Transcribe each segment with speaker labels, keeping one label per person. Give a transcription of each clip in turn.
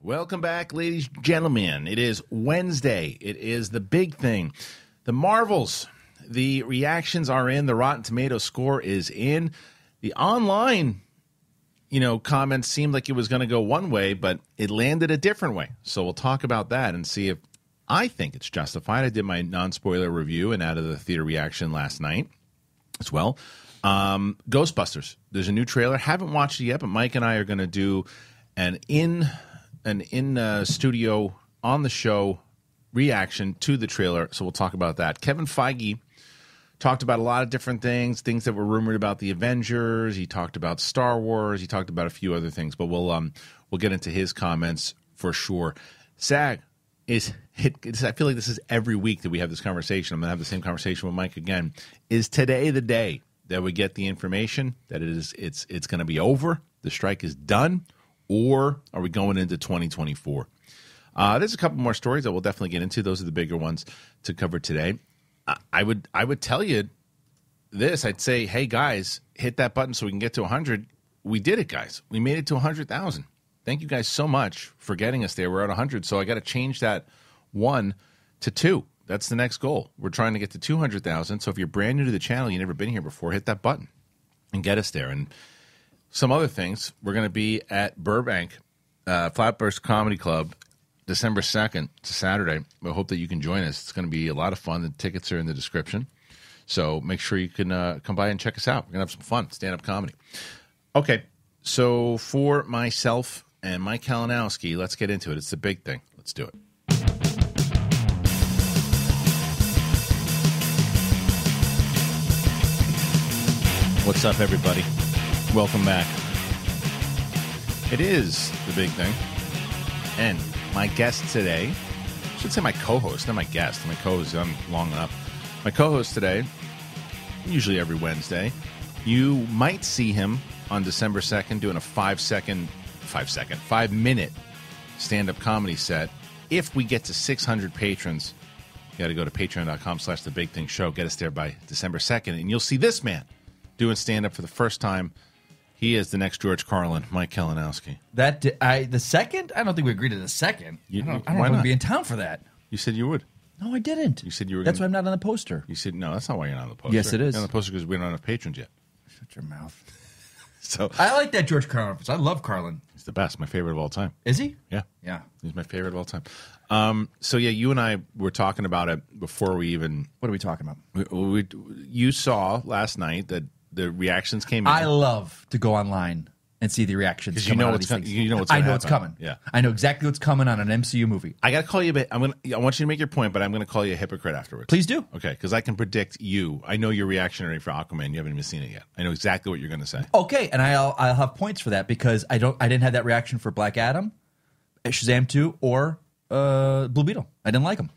Speaker 1: Welcome back, ladies and gentlemen. It is Wednesday. It is the big thing. The Marvels. The reactions are in. The Rotten Tomato score is in. The online, you know, comments seemed like it was going to go one way, but it landed a different way. So we'll talk about that and see if I think it's justified. I did my non-spoiler review and out of the theater reaction last night as well. Um, Ghostbusters. There's a new trailer. Haven't watched it yet, but Mike and I are going to do an in an in uh, studio on the show reaction to the trailer. So we'll talk about that. Kevin Feige talked about a lot of different things, things that were rumored about the Avengers. He talked about Star Wars. He talked about a few other things, but we'll um we'll get into his comments for sure. Sag is it, it's, I feel like this is every week that we have this conversation. I'm gonna have the same conversation with Mike again. Is today the day that we get the information that it is it's it's gonna be over? The strike is done, or are we going into 2024? Uh, there's a couple more stories that we'll definitely get into. Those are the bigger ones to cover today. I, I would I would tell you this. I'd say, hey guys, hit that button so we can get to 100. We did it, guys. We made it to 100,000. Thank you guys so much for getting us there. We're at 100, so I got to change that one to two. That's the next goal. We're trying to get to 200,000. So if you're brand new to the channel, you've never been here before, hit that button and get us there. And some other things. We're going to be at Burbank uh, Flatburst Comedy Club December 2nd. It's a Saturday. We hope that you can join us. It's going to be a lot of fun. The tickets are in the description. So make sure you can uh, come by and check us out. We're going to have some fun, stand up comedy. Okay. So for myself and Mike Kalinowski, let's get into it. It's the big thing. Let's do it. What's up, everybody? Welcome back. It is the big thing. And my guest today, I should say my co host, not my guest, my co host, I'm long enough. My co host today, usually every Wednesday, you might see him on December 2nd doing a five second, five second, five minute stand up comedy set. If we get to 600 patrons, you got to go to patreon.com slash the big thing show. Get us there by December 2nd, and you'll see this man doing stand up for the first time. He is the next George Carlin, Mike Kalinowski.
Speaker 2: That di- I the second? I don't think we agreed to the second.
Speaker 1: You-
Speaker 2: I don't,
Speaker 1: why
Speaker 2: I don't want
Speaker 1: not?
Speaker 2: to be in town for that.
Speaker 1: You said you would.
Speaker 2: No, I didn't.
Speaker 1: You said you were
Speaker 2: That's
Speaker 1: gonna-
Speaker 2: why I'm not on the poster.
Speaker 1: You said, no, that's not why you're not on the poster.
Speaker 2: Yes, it is.
Speaker 1: You're on the poster because we don't have patrons yet.
Speaker 2: Shut your mouth.
Speaker 1: So
Speaker 2: I like that George Carlin. I love Carlin.
Speaker 1: he's the best, my favorite of all time.
Speaker 2: Is he?
Speaker 1: Yeah.
Speaker 2: Yeah.
Speaker 1: He's my favorite of all time. Um, so, yeah, you and I were talking about it before we even.
Speaker 2: What are we talking about?
Speaker 1: We, we, you saw last night that the reactions came in.
Speaker 2: I love to go online and see the reactions.
Speaker 1: 'Cause you
Speaker 2: coming
Speaker 1: know
Speaker 2: out of
Speaker 1: what's
Speaker 2: these
Speaker 1: gonna-
Speaker 2: things.
Speaker 1: you know what's
Speaker 2: I
Speaker 1: gonna
Speaker 2: know it's
Speaker 1: happen.
Speaker 2: coming.
Speaker 1: Yeah.
Speaker 2: I know exactly what's coming on an MCU movie.
Speaker 1: I got to call you a bit. I'm gonna. I want you to make your point, but I'm gonna call you a hypocrite afterwards.
Speaker 2: Please do.
Speaker 1: Okay, because I can predict you. I know you're reactionary for Aquaman. You haven't even seen it yet. I know exactly what you're gonna say.
Speaker 2: Okay, and I'll I'll have points for that because I don't I didn't have that reaction for Black Adam, Shazam two, or uh, Blue Beetle. I didn't like them.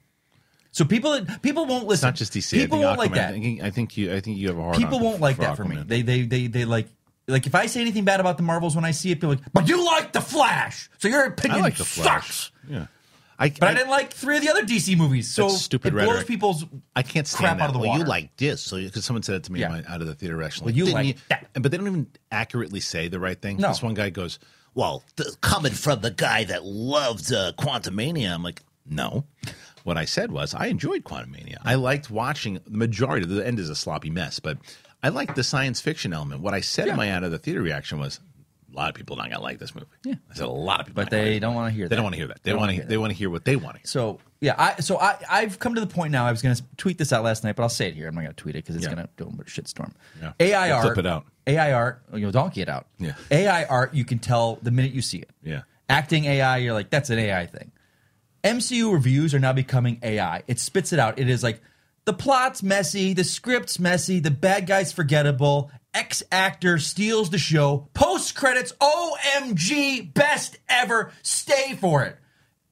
Speaker 2: So people people won't listen.
Speaker 1: It's not just DC. I
Speaker 2: People
Speaker 1: think
Speaker 2: won't like
Speaker 1: Aquaman-
Speaker 2: that.
Speaker 1: I think, I think you. I think you have a hard.
Speaker 2: people
Speaker 1: on
Speaker 2: won't like that for me.
Speaker 1: Aquaman.
Speaker 2: They they they they like like if I say anything bad about the Marvels when I see it, people are like, but you like the Flash, so your opinion
Speaker 1: I like the Flash.
Speaker 2: sucks.
Speaker 1: Yeah, I,
Speaker 2: But I,
Speaker 1: I-
Speaker 2: didn't like three of the other DC movies, so
Speaker 1: That's stupid
Speaker 2: it blows
Speaker 1: rhetoric.
Speaker 2: people's.
Speaker 1: I can't stand
Speaker 2: crap
Speaker 1: that.
Speaker 2: out of the
Speaker 1: well, You
Speaker 2: water.
Speaker 1: like this, so because someone said it to me
Speaker 2: Yeah.
Speaker 1: in my, out of the theater reaction.
Speaker 2: you
Speaker 1: "Didn't
Speaker 2: like that."
Speaker 1: but they don't even accurately say the right thing.
Speaker 2: No.
Speaker 1: This one guy goes, "Well, th- coming from the guy that loved uh, Quantumania," I'm like, "No." What I said was, I enjoyed Quantumania. I liked watching the majority. The end is a sloppy mess, but I liked the science fiction element. What I said in
Speaker 2: Yeah.
Speaker 1: my out of the theater reaction was, a lot of people not gonna like this movie. Yeah, I said a lot of people,
Speaker 2: But they don't want to hear.
Speaker 1: They
Speaker 2: that.
Speaker 1: don't want to hear that. They want to. They want to hear what they want to hear.
Speaker 2: So yeah, I so I I've come to the point now. I was going to tweet this out last night, but I'll say it here. I'm not going to tweet it because it's
Speaker 1: Yeah.
Speaker 2: going to do a shitstorm.
Speaker 1: Yeah.
Speaker 2: AI
Speaker 1: We'll
Speaker 2: art,
Speaker 1: clip it out.
Speaker 2: AI art, you'll donkey it out.
Speaker 1: Yeah.
Speaker 2: AI art, you can tell the minute you see it.
Speaker 1: Yeah.
Speaker 2: Acting AI, you're like that's an AI thing. MCU reviews are now becoming AI. It spits it out. It is like the plot's messy, the script's messy, the bad guy's forgettable. X actor steals the show. Post credits, OMG, best ever. Stay for it.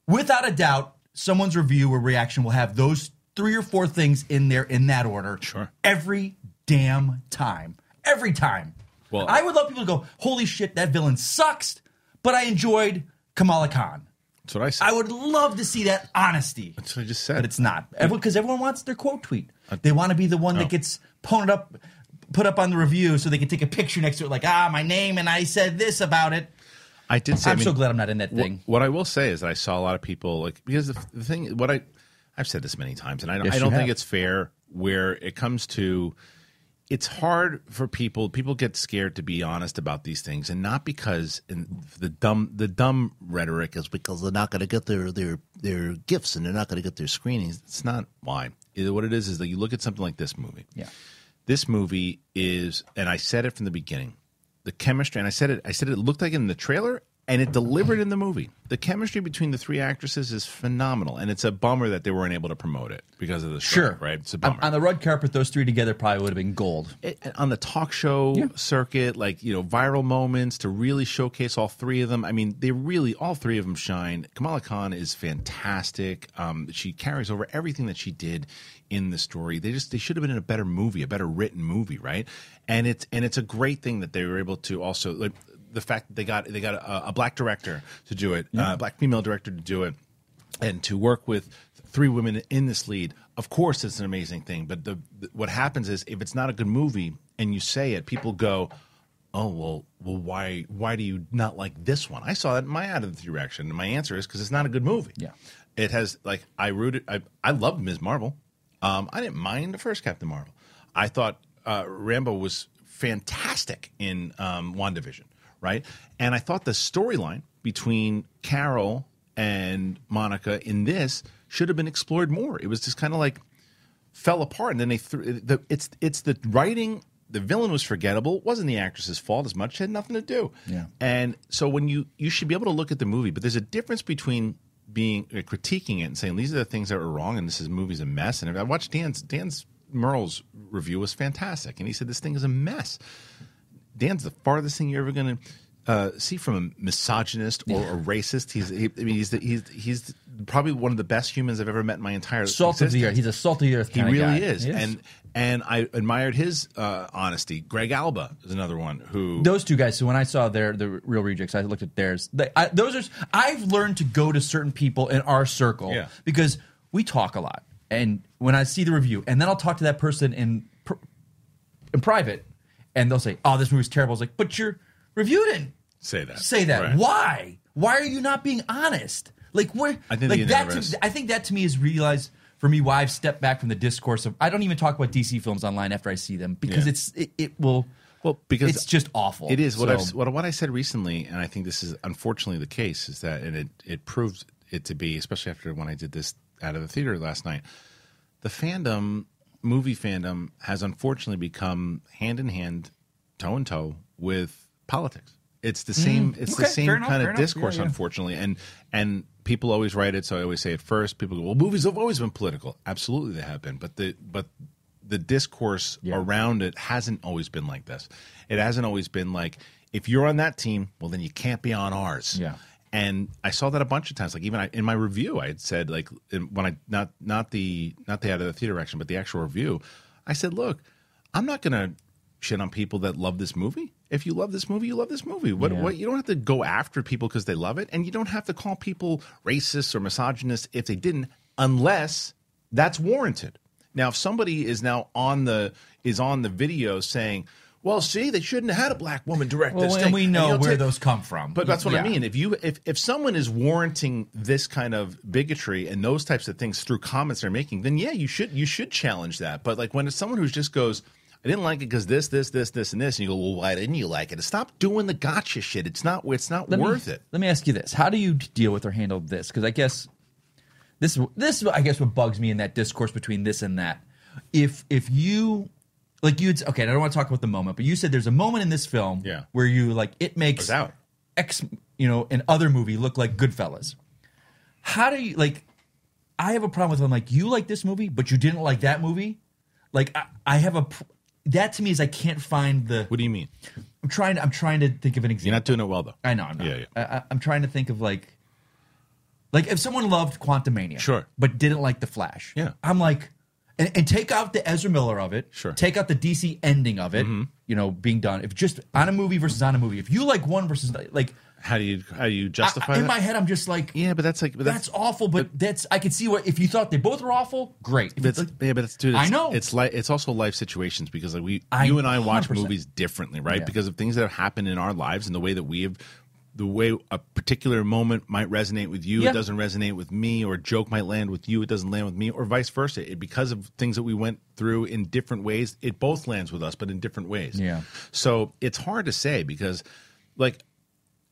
Speaker 2: Without a doubt, someone's review or reaction will have those three or four things in there in that order.
Speaker 1: Sure.
Speaker 2: Every damn time. Every time.
Speaker 1: Well-
Speaker 2: Well, I would love people to go, holy shit, that villain sucks, but I enjoyed Kamala Khan.
Speaker 1: That's what I said.
Speaker 2: I would love to see that honesty,
Speaker 1: That's what I just said.
Speaker 2: but it's not everyone because everyone wants their quote tweet. They want to be the one
Speaker 1: Oh.
Speaker 2: that gets pwned up, put up on the review, so they can take a picture next to it, like ah, my name and I said this about it.
Speaker 1: I did say. I
Speaker 2: I'm
Speaker 1: mean,
Speaker 2: so glad I'm not in that
Speaker 1: wh-
Speaker 2: thing.
Speaker 1: What I will say is that I saw a lot of people like because the, the thing what I I've said this many times, and I don't
Speaker 2: Yes,
Speaker 1: I
Speaker 2: you
Speaker 1: don't think
Speaker 2: have.
Speaker 1: it's fair where it comes to. It's hard for people. People get scared to be honest about these things, and not because and the dumb the dumb rhetoric is because they're not going to get their their their gifts and they're not going to get their screenings. It's not why. It- What it is is that you look at something like this movie.
Speaker 2: Yeah.
Speaker 1: This movie is, and I said it from the beginning, the chemistry, and I said it, I said it looked like it in the trailer, and it delivered in the movie. The chemistry between the three actresses is phenomenal, and it's a bummer that they weren't able to promote it because of the
Speaker 2: Sure,
Speaker 1: strike, right? It's a
Speaker 2: On-
Speaker 1: bummer.
Speaker 2: on the red carpet, those three together probably would have been gold.
Speaker 1: It- on the talk show circuit, like you know, viral moments to really showcase all three of them. I mean, they really all three of them shine. Kamala Khan is fantastic. Um, she carries over everything that she did in the story. They just they should have been in a better movie, a better written movie, right? And it's and it's a great thing that they were able to also like the fact that they got they got a, a black director to do it, uh, a black female director to do it and to work with three women in this lead of course it's an amazing thing but the, the- what happens is if it's not a good movie and you say it people go oh well well why why do you not like this one i saw that in my out of the reaction and my answer is because it's not a good movie
Speaker 2: Yeah.
Speaker 1: it has like i rooted i, I loved ms marvel um, i didn't mind the first captain marvel i thought uh, rambo was fantastic in um, wandavision right and i thought the storyline between carol and monica in this should have been explored more it was just kind of like fell apart and then they threw the, it's it's the writing the villain was forgettable It wasn't the actress's fault as much it had nothing to do
Speaker 2: Yeah.
Speaker 1: and so when you you should be able to look at the movie but there's a difference between being uh, critiquing it and saying these are the things that were wrong and this is movie's a mess and i watched dan's dan's merle's review was fantastic and he said this thing is a mess Dan's the farthest thing you're ever going to uh, see from a misogynist or a racist. He's, he, I mean, he's, the, he's, he's probably one of the best humans I've ever met in my entire
Speaker 2: Salt of the
Speaker 1: existence.
Speaker 2: earth. He's a salt of the earth.
Speaker 1: He
Speaker 2: kinda
Speaker 1: really
Speaker 2: guy.
Speaker 1: is. and and I admired his uh, honesty. Greg Alba is another one who
Speaker 2: those two guys. So when I saw their the real rejects, I looked at theirs. They, I, those are. I've learned to go to certain people in our circle
Speaker 1: Yeah.
Speaker 2: because we talk a lot, and when I see the review, and then I'll talk to that person in pr- in private, and they'll say, "Oh, this movie's terrible." I was like, "But you're reviewed it."
Speaker 1: say that
Speaker 2: Say that.
Speaker 1: Right.
Speaker 2: Why? Why are you not being honest? Like where?
Speaker 1: I think
Speaker 2: like
Speaker 1: the
Speaker 2: that.
Speaker 1: universe-
Speaker 2: To, I think that to me is realized for me why I've stepped back from the discourse of. I don't even talk about DC films online after I see them because
Speaker 1: Yeah.
Speaker 2: it's it, it will.
Speaker 1: Well, because
Speaker 2: it's just awful.
Speaker 1: It is what
Speaker 2: So-
Speaker 1: I've what, what I said recently, and I think this is unfortunately the case. Is that and it it proves it to be, especially after when I did this out of the theater last night. The fandom, movie fandom, has unfortunately become hand in hand, toe in toe with politics. It's the same. It's the
Speaker 2: Mm. okay,
Speaker 1: same
Speaker 2: fair
Speaker 1: kind
Speaker 2: enough,
Speaker 1: of
Speaker 2: fair enough.
Speaker 1: discourse,
Speaker 2: Yeah, yeah.
Speaker 1: unfortunately. And and people always write it, so I always say it first. People go, "Well, movies have always been political." Absolutely, they have been, but the but the discourse around it hasn't always been like this. It hasn't always been like if you're on that team, well, then you can't be on ours.
Speaker 2: Yeah.
Speaker 1: And I saw that a bunch of times. Like even I, in my review, I had said like in, when I not not the not the out of the theater action, but the actual review, I said, "Look, I'm not gonna." Shit on people that love this movie. If you love this movie, you love this movie. What
Speaker 2: Yeah.
Speaker 1: what you don't have to go after people because they love it, and you don't have to call people racist or misogynist if they didn't, unless that's warranted. Now, if somebody is now on the is on the video saying, "Well, see, they shouldn't have had a black woman direct
Speaker 2: Well,
Speaker 1: this
Speaker 2: and
Speaker 1: thing,"
Speaker 2: we know
Speaker 1: you'll
Speaker 2: where
Speaker 1: take-
Speaker 2: those come from.
Speaker 1: But that's what I
Speaker 2: Yeah.
Speaker 1: mean. If you if if someone is warranting this kind of bigotry and those types of things through comments they're making, then yeah, you should you should challenge that. But like when it's someone who just goes. I didn't like it because this, this, this, this, and this. And you go, well, why didn't you like it? Stop doing the gotcha shit. It's not, it's not
Speaker 2: Let me-
Speaker 1: worth it.
Speaker 2: Let me ask you this: How do you deal with or handle this? Because I guess this this I guess what bugs me in that discourse between this and that. If if you like you okay, and I don't want to talk about the moment, but you said there's a moment in this film
Speaker 1: Yeah.
Speaker 2: where you like it makes
Speaker 1: was out.
Speaker 2: X you know an other movie look like Goodfellas. How do you like? I have a problem with them. Like you like this movie, but you didn't like that movie. Like I, I have a pr- that to me is I can't find the.
Speaker 1: What do you mean?
Speaker 2: I'm trying. I'm trying to think of an example.
Speaker 1: You're not doing it well, though.
Speaker 2: I know I'm not.
Speaker 1: Yeah, yeah.
Speaker 2: I, I, I'm trying to think of like, like if someone loved Quantumania,
Speaker 1: Sure.
Speaker 2: but didn't like the Flash,
Speaker 1: Yeah.
Speaker 2: I'm like, and, and take out the Ezra Miller of it,
Speaker 1: Sure. Mm-hmm.
Speaker 2: Take out the DC ending of it, you know, being done. If just on a movie versus on a movie, if you like one versus like,
Speaker 1: How do you how do you
Speaker 2: I-
Speaker 1: justify
Speaker 2: I- in
Speaker 1: that?
Speaker 2: my head, I'm just like,
Speaker 1: yeah, but that's like but
Speaker 2: that's,
Speaker 1: that's
Speaker 2: awful, but, that's I could see what if you thought they both were awful, great. If
Speaker 1: that's
Speaker 2: it's like-
Speaker 1: yeah, but that's dude.
Speaker 2: I
Speaker 1: It's,
Speaker 2: know.
Speaker 1: it's like it's also life situations because like we
Speaker 2: I-
Speaker 1: you and I watch
Speaker 2: 100%.
Speaker 1: movies differently, right?
Speaker 2: Yeah.
Speaker 1: Because of things that have happened in our lives and the way that we have the way a particular moment might resonate with you,
Speaker 2: Yeah.
Speaker 1: it doesn't resonate with me, or a joke might land with you, it doesn't land with me, or vice versa. It, because of things that we went through in different ways, it both lands with us, but in different ways.
Speaker 2: Yeah.
Speaker 1: So it's hard to say because, like,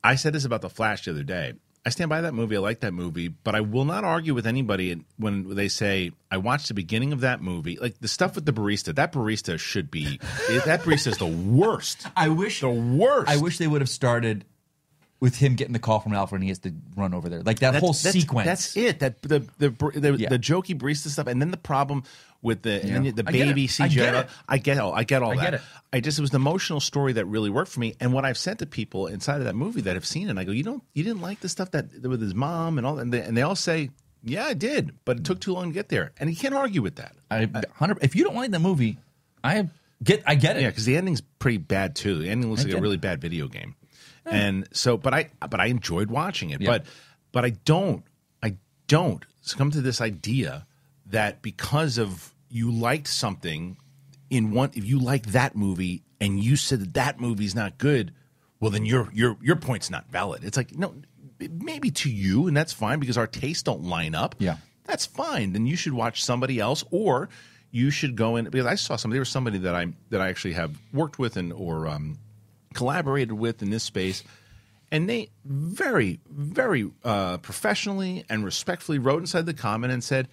Speaker 1: I said this about The Flash the other day. I stand by that movie. I like that movie, but I will not argue with anybody in- when they say I watched the beginning of that movie. Like the stuff with the barista, that barista should be that barista is the worst.
Speaker 2: I wish
Speaker 1: The worst.
Speaker 2: I wish they would have started with him getting the call from Alfred and he has to run over there. Like that whole
Speaker 1: that's,
Speaker 2: sequence.
Speaker 1: That's it. That the the the,
Speaker 2: Yeah.
Speaker 1: the jokey barista stuff, and then the problem with the and then
Speaker 2: Yeah.
Speaker 1: the
Speaker 2: I get
Speaker 1: baby
Speaker 2: it. I
Speaker 1: CGI.
Speaker 2: get it.
Speaker 1: I get all. I get all
Speaker 2: I
Speaker 1: that.
Speaker 2: get it.
Speaker 1: I just it was an emotional story that really worked for me. And what I've sent to people inside of that movie that have seen it, and I go, you don't, you didn't like the stuff that with his mom and all, that?" and they, and they all say, yeah, I did, but it took too long to get there, and you can't argue with that.
Speaker 2: I, 100, if you don't like the movie, I get I get it.
Speaker 1: Yeah, because the ending's pretty bad too. The ending looks like
Speaker 2: Okay.
Speaker 1: a really bad video game, and so but I but I enjoyed watching it.
Speaker 2: Yeah.
Speaker 1: But but I don't I don't succumb to this idea that because of you liked something in one if you liked that movie and you said that that movie's not good, well then your your your point's not valid. It's like no, maybe to you and that's fine because our tastes don't line up
Speaker 2: Yeah.
Speaker 1: that's fine. Then you should watch somebody else, or you should go in because I saw somebody. There was somebody that I that I actually have worked with and or um, collaborated with in this space, and they very very uh, professionally and respectfully wrote inside the comment and said.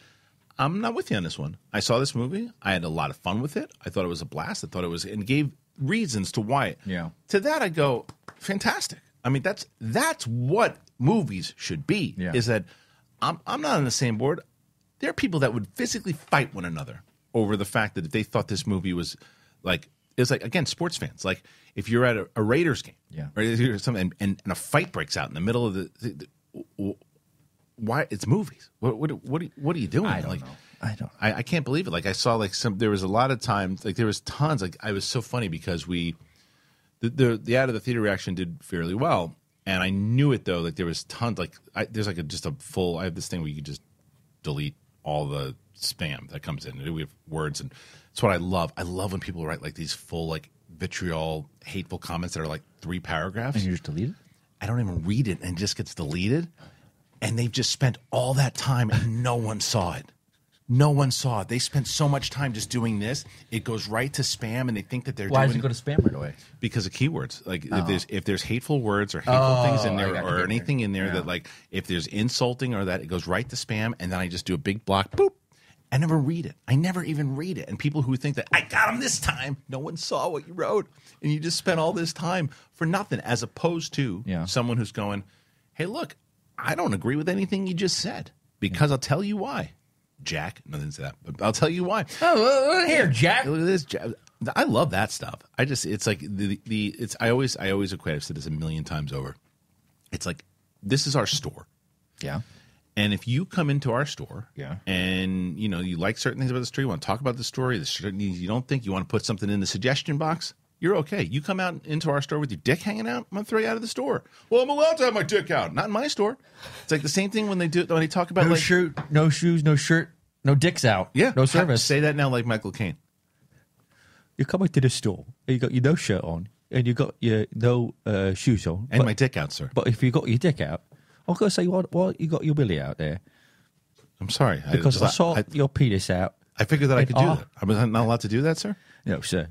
Speaker 1: I'm not with you on this one. I saw this movie. I had a lot of fun with it. I thought it was a blast. I thought it was and gave reasons to why.
Speaker 2: Yeah.
Speaker 1: To that I go, fantastic. I mean, that's that's what movies should be.
Speaker 2: Yeah.
Speaker 1: Is that I'm I'm not on the same board. There are people that would physically fight one another over the fact that if they thought this movie was like it's like again sports fans like if you're at a, a Raiders game
Speaker 2: Yeah.
Speaker 1: or you're something and, and a fight breaks out in the middle of the, the, the why it's movies what what what are, what are you doing
Speaker 2: I don't
Speaker 1: like
Speaker 2: know. I don't.
Speaker 1: I, I can't believe it. Like I saw like some there was a lot of times like there was tons like I was so funny because we the the, the out of the theater reaction did fairly well and I knew it though like there was tons like I, there's like a, just a full I have this thing where you could just delete all the spam that comes in. We have words and it's what I love. I love when people write like these full like vitriol hateful comments that are like three paragraphs.
Speaker 2: And you just delete it?
Speaker 1: I don't even read it and it just gets deleted. And they've just spent all that time and no one saw it. No one saw it. They spent so much time just doing this. It goes right to spam and they think that they're
Speaker 2: Why does
Speaker 1: doing
Speaker 2: it go to spam right away?
Speaker 1: because of keywords. Like if there's if there's hateful words or hateful things in
Speaker 2: Oh. I
Speaker 1: there
Speaker 2: got
Speaker 1: or
Speaker 2: you.
Speaker 1: anything in there that like if there's insulting or that it goes right to spam and then I just do a big block boop. I never read it. I never even read it. And people who think that I got them this time, no one saw what you wrote, and you just spent all this time for nothing, as opposed to
Speaker 2: Yeah.
Speaker 1: someone who's going, "Hey, look, I don't agree with anything you just said because I'll tell you why, Jack." Nothing to that, but I'll tell you why.
Speaker 2: Oh, here, Jack.
Speaker 1: Look at this. Jeff. I love that stuff. I just it's like the the it's I always I always equate. I've said this a million times over. It's like this is our store,
Speaker 2: Yeah.
Speaker 1: and if you come into our store,
Speaker 2: Yeah.
Speaker 1: and you know you like certain things about the store, you want to talk about the story, the certain things you don't think you want to put something in the suggestion box. You're okay. You come out into our store with your dick hanging out. I'm gonna throw you out of the store. Well, I'm allowed to have my dick out. Not in my store. It's like the same thing when they do when they talk about
Speaker 2: No
Speaker 1: like
Speaker 2: shirt, no shoes, no shirt, no dicks out.
Speaker 1: yeah,
Speaker 2: No service.
Speaker 1: Say that now, like Michael Caine.
Speaker 3: you come into the store and you got your no shirt on and you got your no uh, shoes on.
Speaker 1: And
Speaker 3: but,
Speaker 1: my dick out, sir.
Speaker 3: but if you got your dick out, I'm gonna say why, why you got your billy out there
Speaker 1: I'm sorry I
Speaker 3: because I,
Speaker 1: just-
Speaker 3: saw your penis out.
Speaker 1: I figured that I
Speaker 3: And
Speaker 1: could do
Speaker 3: are-
Speaker 1: that. I'm not allowed to do that, sir.
Speaker 3: No, sir.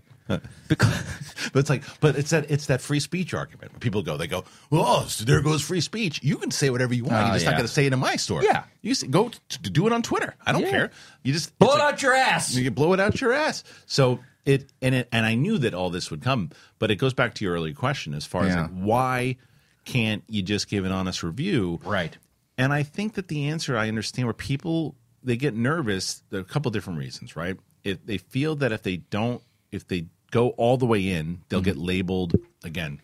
Speaker 3: because
Speaker 1: But it's like, but it's that it's that free speech argument. People go, they go, well, oh, so there goes free speech. You can say whatever you want.
Speaker 2: Oh,
Speaker 1: You're just
Speaker 2: yeah.
Speaker 1: not going to say it in my store.
Speaker 2: Yeah.
Speaker 1: you say, go t- t- do it on Twitter. I don't
Speaker 3: Yeah.
Speaker 1: care. You just
Speaker 2: Blow
Speaker 1: it's
Speaker 2: it
Speaker 1: like-
Speaker 2: out your ass.
Speaker 1: You can blow it out your ass. So it and it and I knew that all this would come, but it goes back to your earlier question as far as
Speaker 2: Yeah.
Speaker 1: like, why can't you just give an honest review?
Speaker 2: Right.
Speaker 1: And I think that the answer I understand where people they get nervous. There are a couple different reasons, right? If they feel that if they don't, if they go all the way in,
Speaker 2: Mm-hmm.
Speaker 1: they'll get labeled again,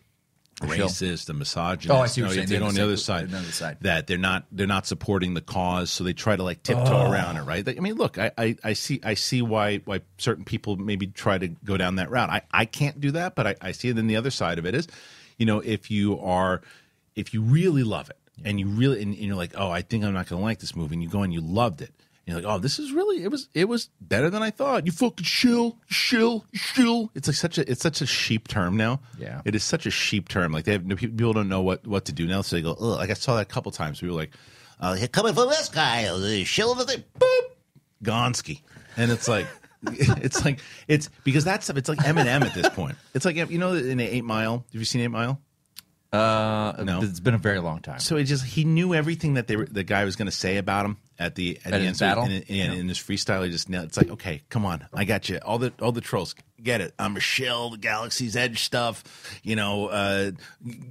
Speaker 1: racist and misogynist.
Speaker 2: Oh, I see what
Speaker 1: No,
Speaker 2: you're saying.
Speaker 1: They're on the other
Speaker 2: They're on
Speaker 1: side.
Speaker 2: the other side.
Speaker 1: That they're not they're not supporting the cause, so they try to like tiptoe around it, right? Like, I mean, look, I, I, I see I see why why certain people maybe try to go down that route. I, I can't do that, but I, I see it. Then the other side of it is, you know, if you are if you really love it and you really and, and you're like, oh, I think I'm not going to like this movie, and you go and you loved it, you're like, oh, this is really it was it was better than I thought. You fucking shill, shill, shill. It's like such a it's such a sheep term now.
Speaker 2: Yeah.
Speaker 1: it is such a sheep term. Like they have people don't know what what to do now, so they go. Ugh. Like I saw that a couple times. People were like, uh, here coming from this guy, uh, shill of the thing, boop, Gonski, and it's like. it's like it's because that stuff. It's like Eminem at this point. It's like you know in Eight Mile. Have you seen Eight Mile?
Speaker 2: Uh,
Speaker 1: No.
Speaker 2: It's been a very long time.
Speaker 1: So it just he knew everything that they were, the guy was going to say about him at the at, the
Speaker 2: his
Speaker 1: end. So
Speaker 2: battle?
Speaker 1: in, in, in his freestyle, he just nailed. It's like okay, come on, I got you. All the all the trolls get it. I'm a shell, the Galaxy's Edge stuff, you know, uh,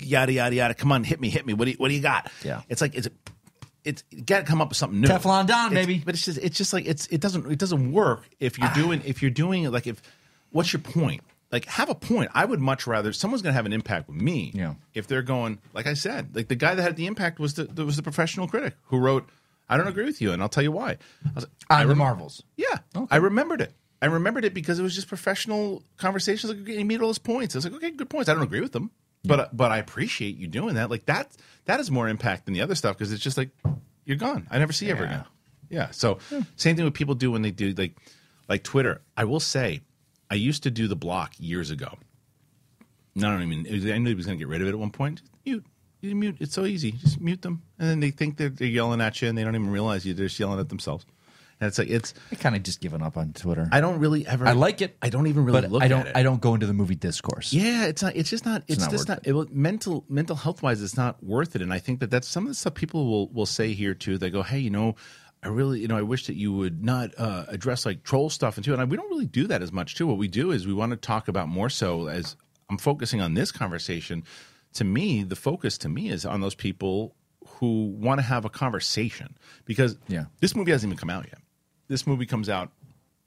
Speaker 1: yada yada yada. Come on, hit me, hit me. What do you, what do you got?
Speaker 2: Yeah.
Speaker 1: it's like it's it's got to come up with something new.
Speaker 2: Teflon Don,
Speaker 1: It's-
Speaker 2: baby.
Speaker 1: But it's just it's just like it's it doesn't it doesn't work if you're doing if you're doing like if what's your point? Like have a point. I would much rather someone's going to have an impact with me
Speaker 2: Yeah.
Speaker 1: if they're going like i said like the guy that had the impact was the, the was the professional critic who wrote i don't agree with you and i'll tell you why i was like,
Speaker 2: On the Marvels.
Speaker 1: yeah i remembered it i remembered it because it was just professional conversations like you made all those points i was like okay good points i don't agree with them but but i appreciate you doing that like that that is more impact than the other stuff because it's just like you're gone i never see you ever
Speaker 2: Yeah.
Speaker 1: again yeah so same thing what people do when they do like like twitter i will say i used to do the block years ago no, I don't even. it was- I knew he was going to get rid of it at one point. Just mute. You mute. It's so easy. Just mute them, and then they think they're, they're yelling at you, and they don't even realize you. They're just yelling at themselves. And it's like it's.
Speaker 2: I kind of just given up on Twitter.
Speaker 1: I don't really ever.
Speaker 2: I like it.
Speaker 1: I don't even really
Speaker 2: but
Speaker 1: look.
Speaker 2: I don't.
Speaker 1: At it.
Speaker 2: I don't go into the movie discourse.
Speaker 1: Yeah, it's not. It's just not. It's,
Speaker 2: not
Speaker 1: just
Speaker 2: worth
Speaker 1: not. It, will- mental mental health wise, it's not worth it. And I think that that's some of the stuff people will will say here too. They go, hey, you know, I really, you know, I wish that you would not uh, address like troll stuff and too. And I, we don't really do that as much too. What we do is we want to talk about more so as I'm focusing on this conversation. To me, the focus to me is on those people who want to have a conversation because
Speaker 2: Yeah.
Speaker 1: this movie hasn't even come out yet. This movie comes out,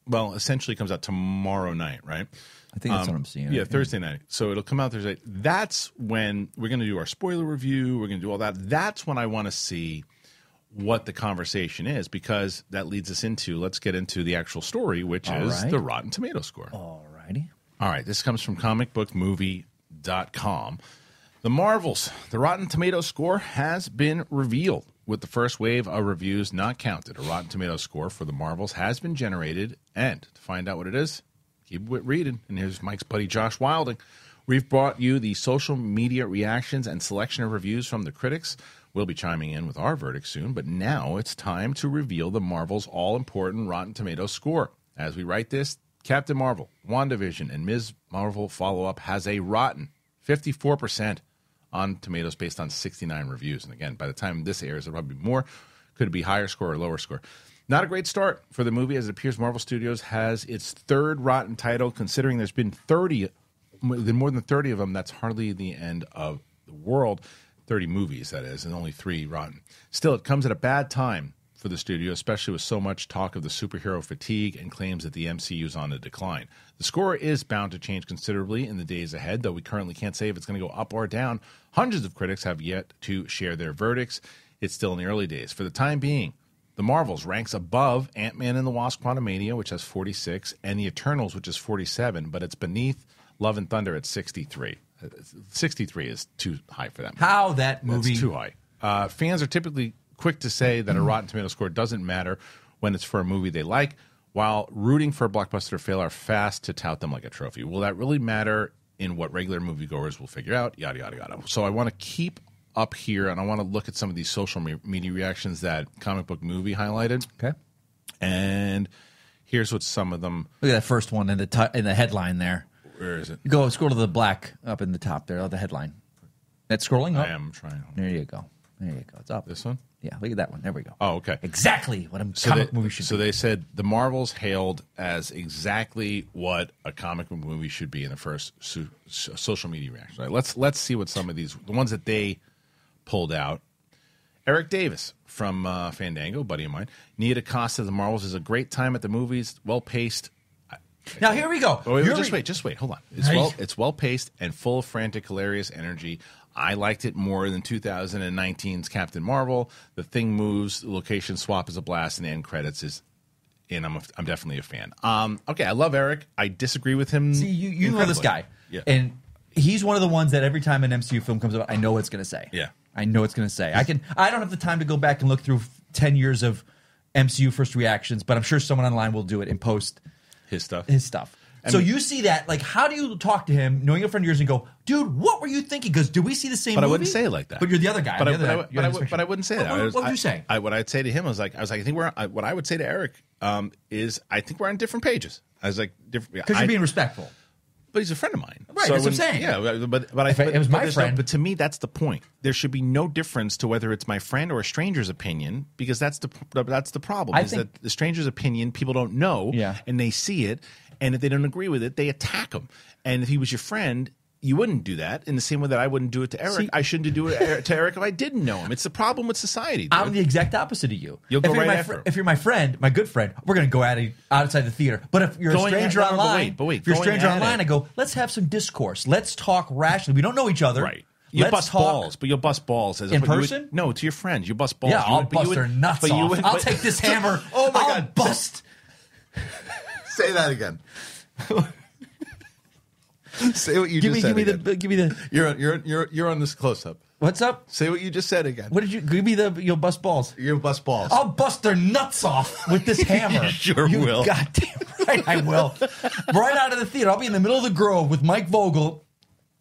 Speaker 1: well, essentially comes out tomorrow night, right?
Speaker 2: I think that's what I'm seeing.
Speaker 1: Um, Yeah, Thursday night. So it'll come out Thursday. That's when we're going to do our spoiler review. We're going to do all that. That's when I want to see what the conversation is because that leads us into let's get into the actual story, which
Speaker 2: All
Speaker 1: is
Speaker 2: right.
Speaker 1: the Rotten Tomato score.
Speaker 2: Alrighty.
Speaker 1: All right, this comes from comicbookmovie.com. The Marvels, the Rotten Tomato score has been revealed. With the first wave of reviews not counted, a Rotten Tomato score for the Marvels has been generated. And to find out what it is, keep it reading. And here's Mike's buddy Josh Wilding. We've brought you the social media reactions and selection of reviews from the critics. We'll be chiming in with our verdict soon, but now it's time to reveal the Marvel's all important Rotten Tomato score. As we write this, Captain Marvel, WandaVision, and Ms. Marvel follow up has a rotten 54% on Tomatoes based on 69 reviews. And again, by the time this airs, there'll probably be more. Could be higher score or lower score. Not a great start for the movie, as it appears Marvel Studios has its third rotten title. Considering there's been 30, m- more than 30 of them, that's hardly the end of the world. 30 movies, that is, and only three rotten. Still, it comes at a bad time for the studio, especially with so much talk of the superhero fatigue and claims that the MCU is on a decline. The score is bound to change considerably in the days ahead, though we currently can't say if it's going to go up or down. Hundreds of critics have yet to share their verdicts. It's still in the early days. For the time being, the Marvels ranks above Ant Man and the Wasp Quantumania, which has 46, and The Eternals, which is 47, but it's beneath Love and Thunder at 63. Uh, 63 is too high for them.
Speaker 2: How that movie?
Speaker 1: That's too high. Uh, fans are typically quick to say that a Rotten Tomato score doesn't matter when it's for a movie they like, while rooting for a blockbuster to fail are fast to tout them like a trophy. Will that really matter in what regular moviegoers will figure out? Yada, yada, yada. So I want to keep up here and I want to look at some of these social me- media reactions that comic book movie highlighted.
Speaker 2: Okay.
Speaker 1: And here's what some of them.
Speaker 2: Look at that first one in the t- in the headline there.
Speaker 1: Where is it?
Speaker 2: Go scroll to the black up in the top there. Oh, the headline. That's scrolling
Speaker 1: I
Speaker 2: up.
Speaker 1: am trying.
Speaker 2: There you go. There you go. It's up.
Speaker 1: This one?
Speaker 2: Yeah. Look at that one. There we go.
Speaker 1: Oh, okay.
Speaker 2: Exactly what I'm
Speaker 1: So,
Speaker 2: comic
Speaker 1: they,
Speaker 2: movie should
Speaker 1: so
Speaker 2: be.
Speaker 1: they said the Marvels hailed as exactly what a comic book movie should be in the first so, so- social media reaction. All right, let's let's see what some of these the ones that they pulled out. Eric Davis from uh, Fandango, buddy of mine. Nia DaCosta, The Marvels is a great time at the movies, well paced.
Speaker 2: now here we go.
Speaker 1: Oh, wait,
Speaker 2: You're-
Speaker 1: just wait, just wait. Hold on. It's
Speaker 2: Hey.
Speaker 1: well, it's well paced and full of frantic, hilarious energy. I liked it more than 2019's Captain Marvel. The thing moves. The location swap is a blast, and the end credits is. And I'm a, I'm definitely a fan. Um, okay, I love Eric. I disagree with him.
Speaker 2: See, you, you know this
Speaker 1: incredibly.
Speaker 2: guy.
Speaker 1: Yeah.
Speaker 2: And he's one of the ones that every time an MCU film comes out, I know what it's going to say.
Speaker 1: Yeah.
Speaker 2: I know what it's going to say. I can. I don't have the time to go back and look through f- ten years of MCU first reactions, but I'm sure someone online will do it and post
Speaker 1: His stuff.
Speaker 2: his stuff. so you see that, like, how do you talk to him, knowing a friend of yours, and go, "Dude, what were you thinking?" Because do we see the same?
Speaker 1: But I
Speaker 2: movie?"
Speaker 1: wouldn't say it like that.
Speaker 2: But you're the other guy.
Speaker 1: But
Speaker 2: the
Speaker 1: I,
Speaker 2: other
Speaker 1: but, I,
Speaker 2: guy.
Speaker 1: but,
Speaker 2: You're
Speaker 1: I,
Speaker 2: on the
Speaker 1: but
Speaker 2: spectrum.
Speaker 1: I wouldn't say
Speaker 2: What-
Speaker 1: that. I
Speaker 2: What,
Speaker 1: was-
Speaker 2: what would
Speaker 1: I-
Speaker 2: you say?
Speaker 1: I, what I'd say to him was like, I was like, I think we're. I, what I would say to Eric um, is, I think we're on different pages. I was like, different.
Speaker 2: Because
Speaker 1: I-
Speaker 2: you're being respectful.
Speaker 1: but he's a friend of mine.
Speaker 2: Right, that's what I'm
Speaker 1: when-
Speaker 2: saying.
Speaker 1: Yeah, but but I,
Speaker 2: If I-
Speaker 1: but,
Speaker 2: it was
Speaker 1: but
Speaker 2: my
Speaker 1: there's no-
Speaker 2: friend-
Speaker 1: but to me, that's the point. There should be no difference to whether it's my friend or a stranger's opinion, because that's the that's the problem.
Speaker 2: I
Speaker 1: is
Speaker 2: think-
Speaker 1: that the stranger's opinion people don't know,
Speaker 2: Yeah.
Speaker 1: and they see it, and if they don't agree with it, they attack him. And if he was your friend. You wouldn't do that in the same way that I wouldn't do it to Eric. I shouldn't do it to Eric- to Eric if I didn't know him. It's the problem with society. dude.
Speaker 2: I'm the exact opposite of you.
Speaker 1: You'll go
Speaker 2: if you're
Speaker 1: right
Speaker 2: my
Speaker 1: after him.
Speaker 2: if you're my friend, my good friend, we're gonna go at it outside the theater. But if you're
Speaker 1: Going
Speaker 2: a
Speaker 1: at-
Speaker 2: stranger
Speaker 1: no, no, but
Speaker 2: online,
Speaker 1: wait, but wait,
Speaker 2: if you're a
Speaker 1: going
Speaker 2: stranger
Speaker 1: at
Speaker 2: online,
Speaker 1: it.
Speaker 2: I go, let's have some discourse. Let's talk rationally. We don't know each other.
Speaker 1: Right. You
Speaker 2: let's
Speaker 1: bust
Speaker 2: talk.
Speaker 1: balls, but you'll bust balls as
Speaker 2: In
Speaker 1: but you would-
Speaker 2: person?
Speaker 1: no, to your friends, you bust balls.
Speaker 2: Yeah,
Speaker 1: you
Speaker 2: I'll
Speaker 1: would- but you
Speaker 2: bust
Speaker 1: would-
Speaker 2: their nuts
Speaker 1: but you
Speaker 2: off.
Speaker 1: would-
Speaker 2: I'll
Speaker 1: but-
Speaker 2: take this hammer.
Speaker 1: Oh my
Speaker 2: I'll
Speaker 1: God.
Speaker 2: Bust.
Speaker 4: Say that again. Say what you
Speaker 3: Give
Speaker 4: just
Speaker 3: me,
Speaker 4: said.
Speaker 3: give me
Speaker 4: again.
Speaker 3: the, give me the.
Speaker 4: You're you're you're you're on this close up.
Speaker 2: What's up?
Speaker 4: Say what you just said again.
Speaker 2: What Oh, did you give me the you'll bust balls?
Speaker 4: You're bust balls.
Speaker 2: I'll bust their nuts off with this hammer.
Speaker 1: You sure will.
Speaker 2: Goddamn right, I will. right out of the theater, I'll be in the middle of the Grove with Mike Vogel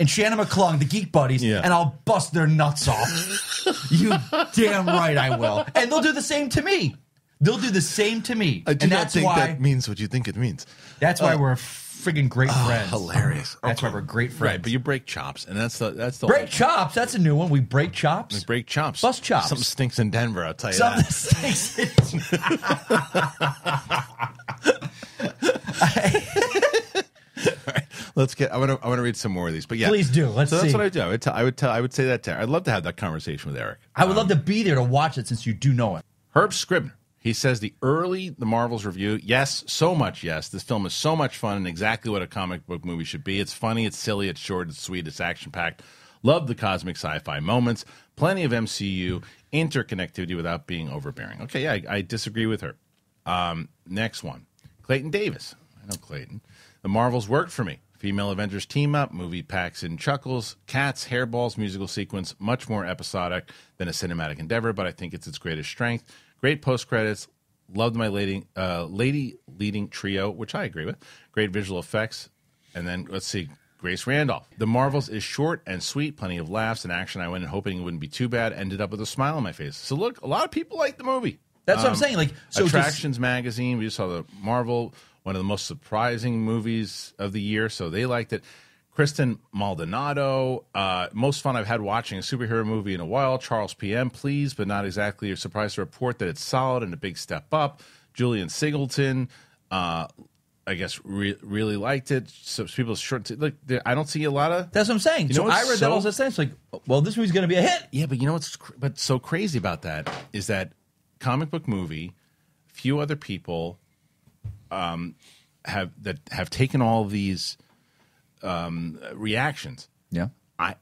Speaker 2: and Shannon McClung, the Geek Buddies,
Speaker 1: Yeah.
Speaker 2: and I'll bust their nuts off. you damn right, I will. And they'll do the same to me. They'll do the same to me.
Speaker 4: I do
Speaker 2: and
Speaker 4: not
Speaker 2: that's
Speaker 4: think
Speaker 2: why.
Speaker 4: that means what you think it means.
Speaker 2: that's
Speaker 1: uh,
Speaker 2: why we're friggin' great friends.
Speaker 4: hilarious.
Speaker 2: That's why we're great friends.
Speaker 1: Ah, Right, but you break chops, and that's the that's the
Speaker 2: break chops. That's a new one. We break chops.
Speaker 1: whole- break chops,
Speaker 2: Bust chops.
Speaker 1: Something stinks in Denver. I'll tell you
Speaker 2: Some of
Speaker 1: that.
Speaker 2: the things it-
Speaker 1: Let's get. I want to. I want to read some more of these. But yeah,
Speaker 2: Please do. Let's
Speaker 1: so that's
Speaker 2: see.
Speaker 1: what I would do. I would tell. I would tell. I would say that to. I'd love to have that conversation with Eric.
Speaker 2: I would love to be there to watch it since you do know it.
Speaker 1: Herb Scribner. He says the early the Marvels review. Yes, so much. Yes, this film is so much fun and exactly what a comic book movie should be. It's funny. It's silly. It's short. It's sweet. It's action packed. Love the cosmic sci-fi moments. Plenty of MCU interconnectivity without being overbearing. Okay, yeah, I, I disagree with her. Um, next one, Clayton Davis. I know Clayton. The Marvels worked for me. Female Avengers team up, movie packs in chuckles, cats, hairballs, musical sequence, much more episodic than a cinematic endeavor, but I think it's its greatest strength. Great post credits. Loved my lady, uh, lady leading trio, which I agree with. Great visual effects. And then let's see, Grace Randolph. The Marvels is short and sweet, plenty of laughs and action. I went in hoping it wouldn't be too bad, ended up with a smile on my face. So look, a lot of people like the movie.
Speaker 2: That's what I'm saying. Like so, just-
Speaker 1: Attractions magazine. We just saw the Marvel, one of the most surprising movies of the year, so they liked it. Kristen Maldonado, uh, most fun I've had watching a superhero movie in a while. Charles P.M. Please, but not exactly. You're surprised to report that it's solid and a big step up. Julian Singleton, uh, I guess, re- really liked it. So people short. Look, there- I don't see a lot of
Speaker 2: that's what I'm saying.
Speaker 1: You know
Speaker 2: so
Speaker 1: what's
Speaker 2: I read that
Speaker 1: so-
Speaker 2: all the time. It's like, well, this movie's gonna be a hit.
Speaker 1: Yeah, but you know what's cr- but so crazy about that is that comic book movie, few other people um, have that have taken all these um, reactions.
Speaker 2: Yeah.
Speaker 1: I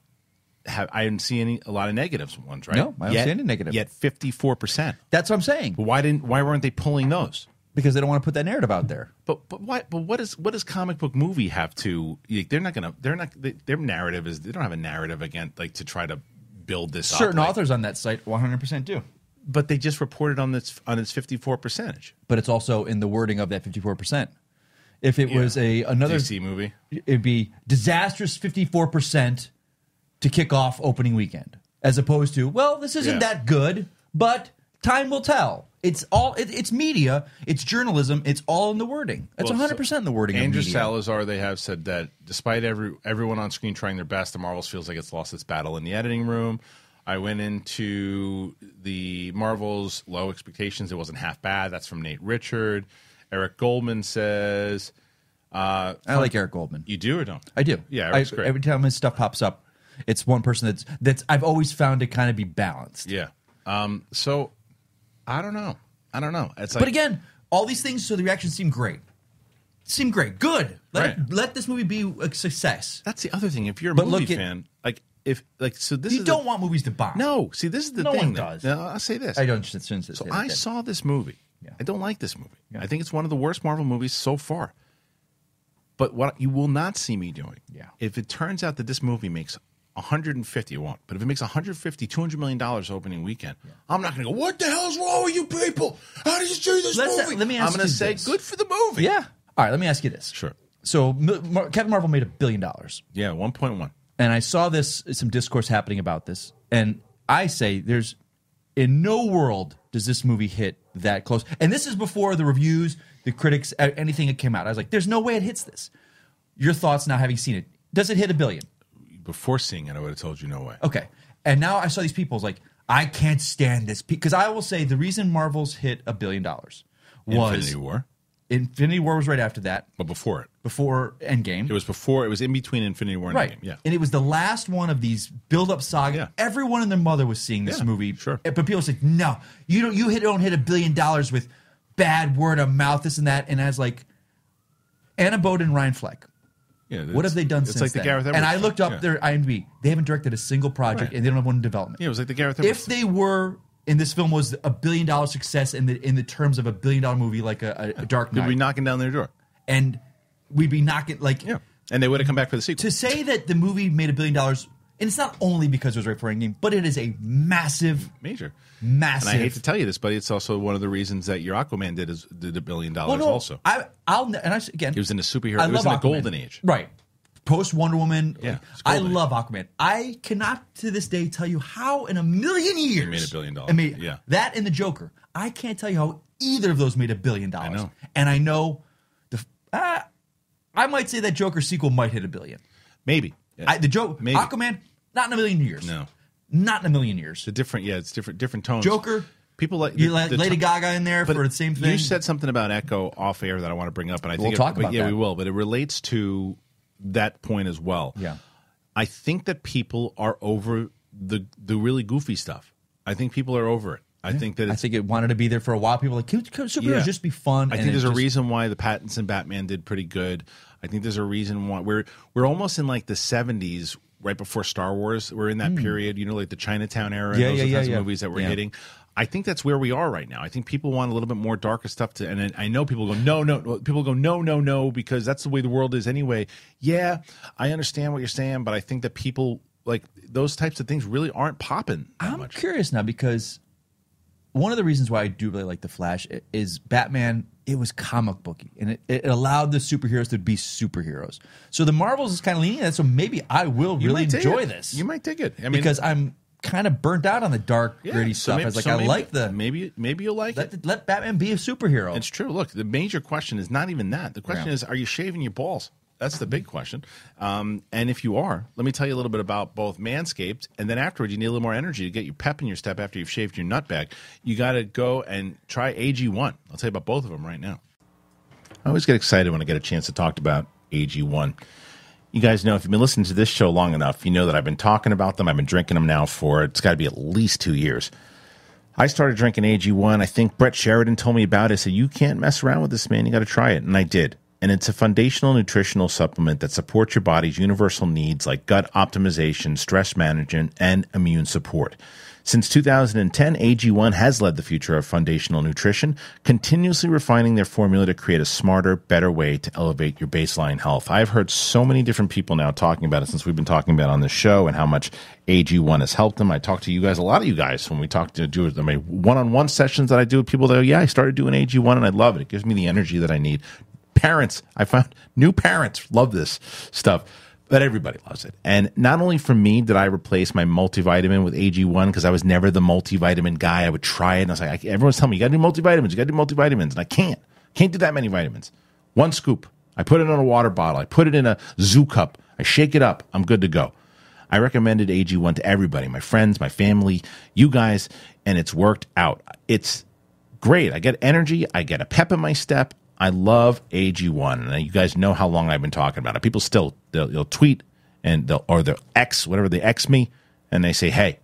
Speaker 1: have I didn't see any a lot of negatives ones, right?
Speaker 2: No, I don't
Speaker 1: Yet-
Speaker 2: see any negative.
Speaker 1: Yet fifty four percent.
Speaker 2: That's what I'm saying.
Speaker 1: Why didn't why weren't they pulling those?
Speaker 2: Because they don't want to put that narrative out there.
Speaker 1: But but why but what is what does comic book movie have to? Like, they're not gonna they're not they, their narrative is they don't have a narrative again like to try to build this up,
Speaker 2: Certain
Speaker 1: like-
Speaker 2: authors on that site 100% do.
Speaker 1: but they just reported on this on its 54 percentage
Speaker 2: But it's also in the wording of that 54%. If it was a another
Speaker 1: DC movie.
Speaker 2: it'd be disastrous 54% to kick off opening weekend as opposed to well this isn't
Speaker 1: Yeah.
Speaker 2: that good but time will tell it's all it, it's media it's journalism it's all in the wording it's
Speaker 1: Well,
Speaker 2: 100% in the wording
Speaker 1: Andrew
Speaker 2: of media.
Speaker 1: Salazar, they have said that despite every everyone on screen trying their best, the Marvels feels like it's lost its battle in the editing room. I went into the Marvels low expectations. It wasn't half bad. That's from Nate Richard. Eric Goldman says, uh,
Speaker 2: i like eric goldman
Speaker 1: "You do or don't?
Speaker 2: i do
Speaker 1: Yeah,
Speaker 2: I,
Speaker 1: Eric's great.
Speaker 2: every time his stuff pops up it's one person that's that's i've always found it kind of be balanced
Speaker 1: yeah." Um, so I don't know. I don't know. It's like,
Speaker 2: but again all these things so the reactions seem great seem great good let,
Speaker 1: Right.
Speaker 2: let this movie be a success
Speaker 1: that's the other thing. If you're a
Speaker 2: But
Speaker 1: movie
Speaker 2: look at-
Speaker 1: fan, like if like so, this
Speaker 2: you
Speaker 1: is the-
Speaker 2: don't want movies to bomb
Speaker 1: No, see, this is the
Speaker 2: No
Speaker 1: thing.
Speaker 2: one
Speaker 1: though.
Speaker 2: does.
Speaker 1: Now, I'll say this.
Speaker 2: I don't just assume that
Speaker 1: So
Speaker 2: they
Speaker 1: I
Speaker 2: did.
Speaker 1: saw this movie.
Speaker 2: Yeah.
Speaker 1: I don't like this movie. I think it's one of the worst Marvel movies so far. But what you will not see me doing,
Speaker 2: Yeah.
Speaker 1: if it turns out that this movie makes 150 it won't but if it makes 150 200 million dollars opening weekend i'm not gonna go what the hell's wrong with you people how do you see this
Speaker 2: Let's- uh,
Speaker 1: movie
Speaker 2: let me ask
Speaker 1: i'm gonna
Speaker 2: you
Speaker 1: say
Speaker 2: this.
Speaker 1: good for the movie
Speaker 2: Yeah. All right. Let me ask you this.
Speaker 1: Sure.
Speaker 2: So Mil- Mar- Captain Marvel made a billion dollars,
Speaker 1: yeah 1.1
Speaker 2: and I saw this some discourse happening about this, and I say there's in no world does this movie hit that close. And this is before the reviews, the critics, a- anything that came out. I was like, there's no way it hits this. Your thoughts now having seen it? Does it hit a billion?
Speaker 1: before seeing it i would have told you no way
Speaker 2: Okay. And now I saw these people's like, I can't stand this because I will say the reason Marvel's hit a billion dollars was
Speaker 1: Infinity War,
Speaker 2: Infinity War was right after that,
Speaker 1: but before it,
Speaker 2: before Endgame.
Speaker 1: it was before it was in between Infinity War and
Speaker 2: right.
Speaker 1: Endgame. Yeah,
Speaker 2: And it was the last one of these build-up saga.
Speaker 1: Yeah.
Speaker 2: Everyone and their mother was seeing this
Speaker 1: Yeah,
Speaker 2: movie.
Speaker 1: sure.
Speaker 2: But people said, no, you don't. You hit don't hit a billion dollars with bad word of mouth, this and that. And I was like, Anna Bode and Ryan Fleck.
Speaker 1: yeah.
Speaker 2: What
Speaker 1: it's-
Speaker 2: have they done
Speaker 1: It's
Speaker 2: since
Speaker 1: like the
Speaker 2: then?
Speaker 1: Gareth Edwards.
Speaker 2: and I looked up
Speaker 1: yeah.
Speaker 2: their IMDb. They haven't directed a single project,
Speaker 1: Right.
Speaker 2: and they don't have one in development.
Speaker 1: Yeah, it was like the Gareth Edwards.
Speaker 2: if they were and this film was a billion dollar success in the in the terms of a billion dollar movie like a, a, a Dark
Speaker 1: they'd
Speaker 2: Knight,
Speaker 1: be knocking down their door.
Speaker 2: and we'd be knocking like
Speaker 1: Yeah, and they would have come back for the sequel.
Speaker 2: to say that the movie made a billion dollars. And it's not only because it was right for Endgame, but it is a massive,
Speaker 1: Major,
Speaker 2: massive.
Speaker 1: and I hate to tell you this, but it's also one of the reasons that your Aquaman did is, did a billion
Speaker 2: well,
Speaker 1: dollars.
Speaker 2: Oh, no,
Speaker 1: also,
Speaker 2: I, I'll ne- and I s- again,
Speaker 1: it was in the superhero.
Speaker 2: I
Speaker 1: it was in
Speaker 2: love
Speaker 1: the
Speaker 2: Aquaman.
Speaker 1: golden age.
Speaker 2: right? Post Wonder Woman,
Speaker 1: Yeah,
Speaker 2: like,
Speaker 1: it's
Speaker 2: I
Speaker 1: golden age.
Speaker 2: love Aquaman. I cannot to this day tell you how in a million years
Speaker 1: made a billion dollars.
Speaker 2: I mean,
Speaker 1: Yeah.
Speaker 2: that and the Joker. I can't tell you how either of those made a billion dollars.
Speaker 1: know.
Speaker 2: and I know the. f- Uh, I might say that Joker sequel might hit a billion.
Speaker 1: Maybe Yeah.
Speaker 2: I, the Joker,
Speaker 1: Maybe.
Speaker 2: Aquaman, not in a million years.
Speaker 1: No.
Speaker 2: not in a million years.
Speaker 1: It's a different. Yeah, it's different. Different tones.
Speaker 2: Joker,
Speaker 1: People like
Speaker 2: You
Speaker 1: the-
Speaker 2: let
Speaker 1: the
Speaker 2: Lady
Speaker 1: to-
Speaker 2: Gaga in there for the same thing.
Speaker 1: You said something about Echo off air that I want to bring up, and I
Speaker 2: We'll
Speaker 1: think it-
Speaker 2: talk
Speaker 1: but
Speaker 2: about
Speaker 1: yeah,
Speaker 2: that.
Speaker 1: we will. But it relates to that point as well.
Speaker 2: Yeah.
Speaker 1: I think that people are over the the really goofy stuff. I think people are over it. I think that
Speaker 2: I
Speaker 1: it's.
Speaker 2: think it wanted to be there for a while. People were like can, can superheroes
Speaker 1: yeah.
Speaker 2: just be fun.
Speaker 1: I think
Speaker 2: And it
Speaker 1: there's a
Speaker 2: just-
Speaker 1: reason why the Pattinson Batman did pretty good. I think there's a reason why we're we're almost in like the 70s, right before Star Wars. We're in that period, you know, like the Chinatown era.
Speaker 3: Yeah,
Speaker 1: and those
Speaker 3: yeah,
Speaker 1: are the
Speaker 3: yeah,
Speaker 1: kinds of
Speaker 3: yeah.
Speaker 1: movies that we're
Speaker 2: Hmm. Yeah.
Speaker 1: hitting. I think that's where we are right now. I think people want a little bit more darker stuff to, and I know people go no, no. well, People go no, no, no because that's the way the world is anyway. Yeah, I understand what you're saying, but I think that people like those types of things really aren't popping that
Speaker 2: I'm
Speaker 1: much.
Speaker 2: curious now because one of the reasons why I do really like the Flash i- is Batman. It was comic booky, and it, it allowed the superheroes to be superheroes. So the Marvels is kind of leaning that. So maybe I will
Speaker 1: You
Speaker 2: really
Speaker 1: might dig
Speaker 2: enjoy
Speaker 1: it.
Speaker 2: this
Speaker 1: You might dig it. I mean,
Speaker 2: because I'm kind of burnt out on the dark,
Speaker 1: Yeah,
Speaker 2: gritty
Speaker 1: so
Speaker 2: stuff. I was like,
Speaker 1: so
Speaker 2: I like the
Speaker 1: maybe maybe you'll like
Speaker 2: let,
Speaker 1: it.
Speaker 2: the- let Batman be a superhero.
Speaker 1: It's true. Look, the major question is not even that. The question
Speaker 2: Yeah.
Speaker 1: is, are you shaving your balls? That's the big question. Um, and if you are, let me tell you a little bit about both Manscaped, and then afterward, you need a little more energy to get your pep in your step after you've shaved your nut bag. You got to go and try AG1. I'll tell you about both of them right now. I always get excited when I get a chance to talk about AG1. You guys know if you've been listening to this show long enough, you know that I've been talking about them. I've been drinking them now for it's got to be at least two years. I started drinking AG1. I think Brett Sheridan told me about it. Said you can't mess around with this, man. You got to try it, and I did. And it's a foundational nutritional supplement that supports your body's universal needs like gut optimization, stress management, and immune support. Since 2010, AG1 has led the future of foundational nutrition, continuously refining their formula to create a smarter, better way to elevate your baseline health. I've heard so many different people now talking about it since we've been talking about it on the show and how much AG1 has helped them. I talk to you guys, a lot of you guys, when we talk to do I mean, one-on-one sessions that I do with people. They go, "Yeah, I started doing AG1 and I love it. It gives me the energy that I need." Parents, I found new parents love this stuff. But everybody loves it. And not only for me did I replace my multivitamin with AG1 because I was never the multivitamin guy. I would try it and I was like, I, everyone's telling me, you got to do multivitamins, you got to do multivitamins. And I can't, can't do that many vitamins. One scoop. I put it in a water bottle. I put it in a zoo cup. I shake it up. I'm good to go. I recommended AG1 to everybody, my friends, my family, you guys, and it's worked out. It's great. I get energy. I get a pep in my step. I love AG1. And you guys know how long I've been talking about it. People still, they'll, they'll tweet and they'll, or they'll X, whatever they X me, and they say, hey,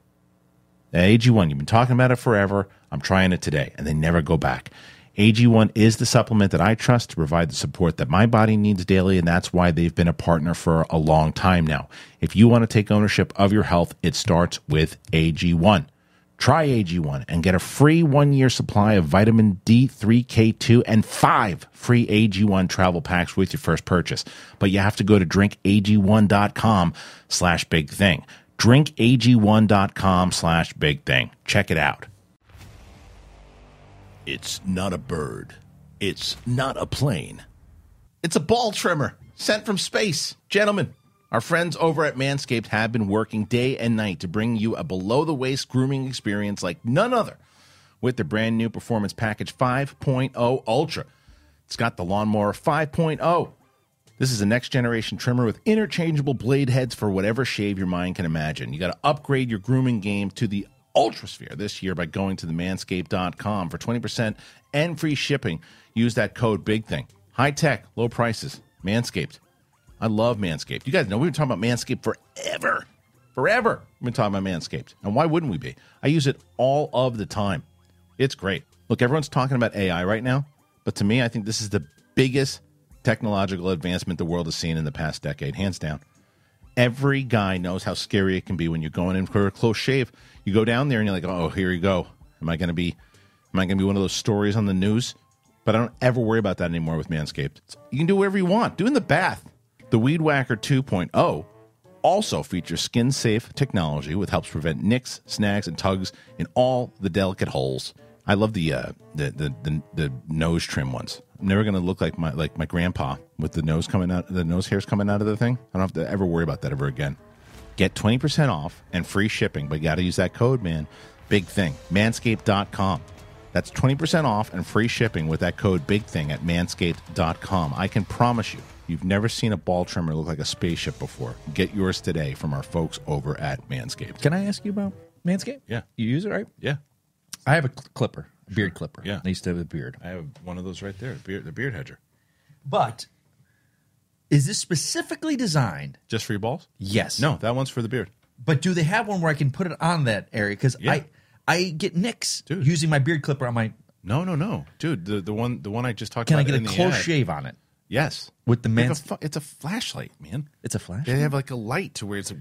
Speaker 1: AG1, you've been talking about it forever. I'm trying it today. And they never go back. AG1 is the supplement that I trust to provide the support that my body needs daily, and that's why they've been a partner for a long time now. If you want to take ownership of your health, it starts with AG1. Try AG1 and get a free one year supply of vitamin D3, K2, and five free AG1 travel packs with your first purchase. But you have to go to drinkag1.com slash big thing. drinkag1.com slash big thing. Check it out. It's not a bird. It's not a plane. It's a ball trimmer sent from space. Gentlemen, our friends over at Manscaped have been working day and night to bring you a below the waist grooming experience like none other with the brand new Performance Package 5.0 Ultra. It's got the Lawnmower 5.0. This is a next generation trimmer with interchangeable blade heads for whatever shave your mind can imagine. You got to upgrade your grooming game to the Ultrasphere this year by going to the manscaped.com for 20% and free shipping. Use that code Big Thing. High tech, low prices. Manscaped. I love Manscaped. You guys know we've been talking about Manscaped forever. Forever. We've been talking about Manscaped. And why wouldn't we be? I use it all of the time. It's great. Look, everyone's talking about AI right now, but to me, I think this is the biggest technological advancement the world has seen in the past decade, hands down. Every guy knows how scary it can be when you're going in for a close shave. You go down there and you're like, "Oh, here you go. Am I going to be am I going to be one of those stories on the news?" But I don't ever worry about that anymore with Manscaped. You can do whatever you want. Do it in the bath. The Weed Whacker 2.0 also features skin safe technology which helps prevent nicks, snags, and tugs in all the delicate holes. I love the uh, the, the the the nose trim ones. I'm never gonna look like my like my grandpa with the nose coming out, the nose hairs coming out of the thing. I don't have to ever worry about that ever again. Get 20% off and free shipping, but you got to use that code, man. Big thing. Manscaped.com. That's 20% off and free shipping with that code big thing at manscaped.com. I can promise you, you've never seen a ball trimmer look like a spaceship before. Get yours today from our folks over at Manscaped.
Speaker 3: Can I ask you about Manscaped?
Speaker 1: Yeah.
Speaker 3: You use it, right?
Speaker 1: Yeah.
Speaker 2: I have a cl- clipper, a beard clipper.
Speaker 1: Yeah.
Speaker 2: I used to have a beard.
Speaker 1: I have one of those right there, beard, the beard hedger.
Speaker 2: But is this specifically designed?
Speaker 1: Just for your balls?
Speaker 2: Yes.
Speaker 1: No, that one's for the beard.
Speaker 2: But do they have one where I can put it on that area? Because
Speaker 1: Yeah.
Speaker 2: I I get nicks
Speaker 1: Dude.
Speaker 2: using my beard clipper on my.
Speaker 1: No, no, no. Dude, the, the one the one I just talked
Speaker 2: Can I
Speaker 1: about.
Speaker 2: get a
Speaker 1: in the
Speaker 2: close
Speaker 1: ad-
Speaker 2: shave on it
Speaker 1: Yes.
Speaker 2: with the
Speaker 1: It's
Speaker 2: man's?
Speaker 1: a, fu- it's a flashlight, man.
Speaker 2: It's a flash.
Speaker 1: They have like a light to where it's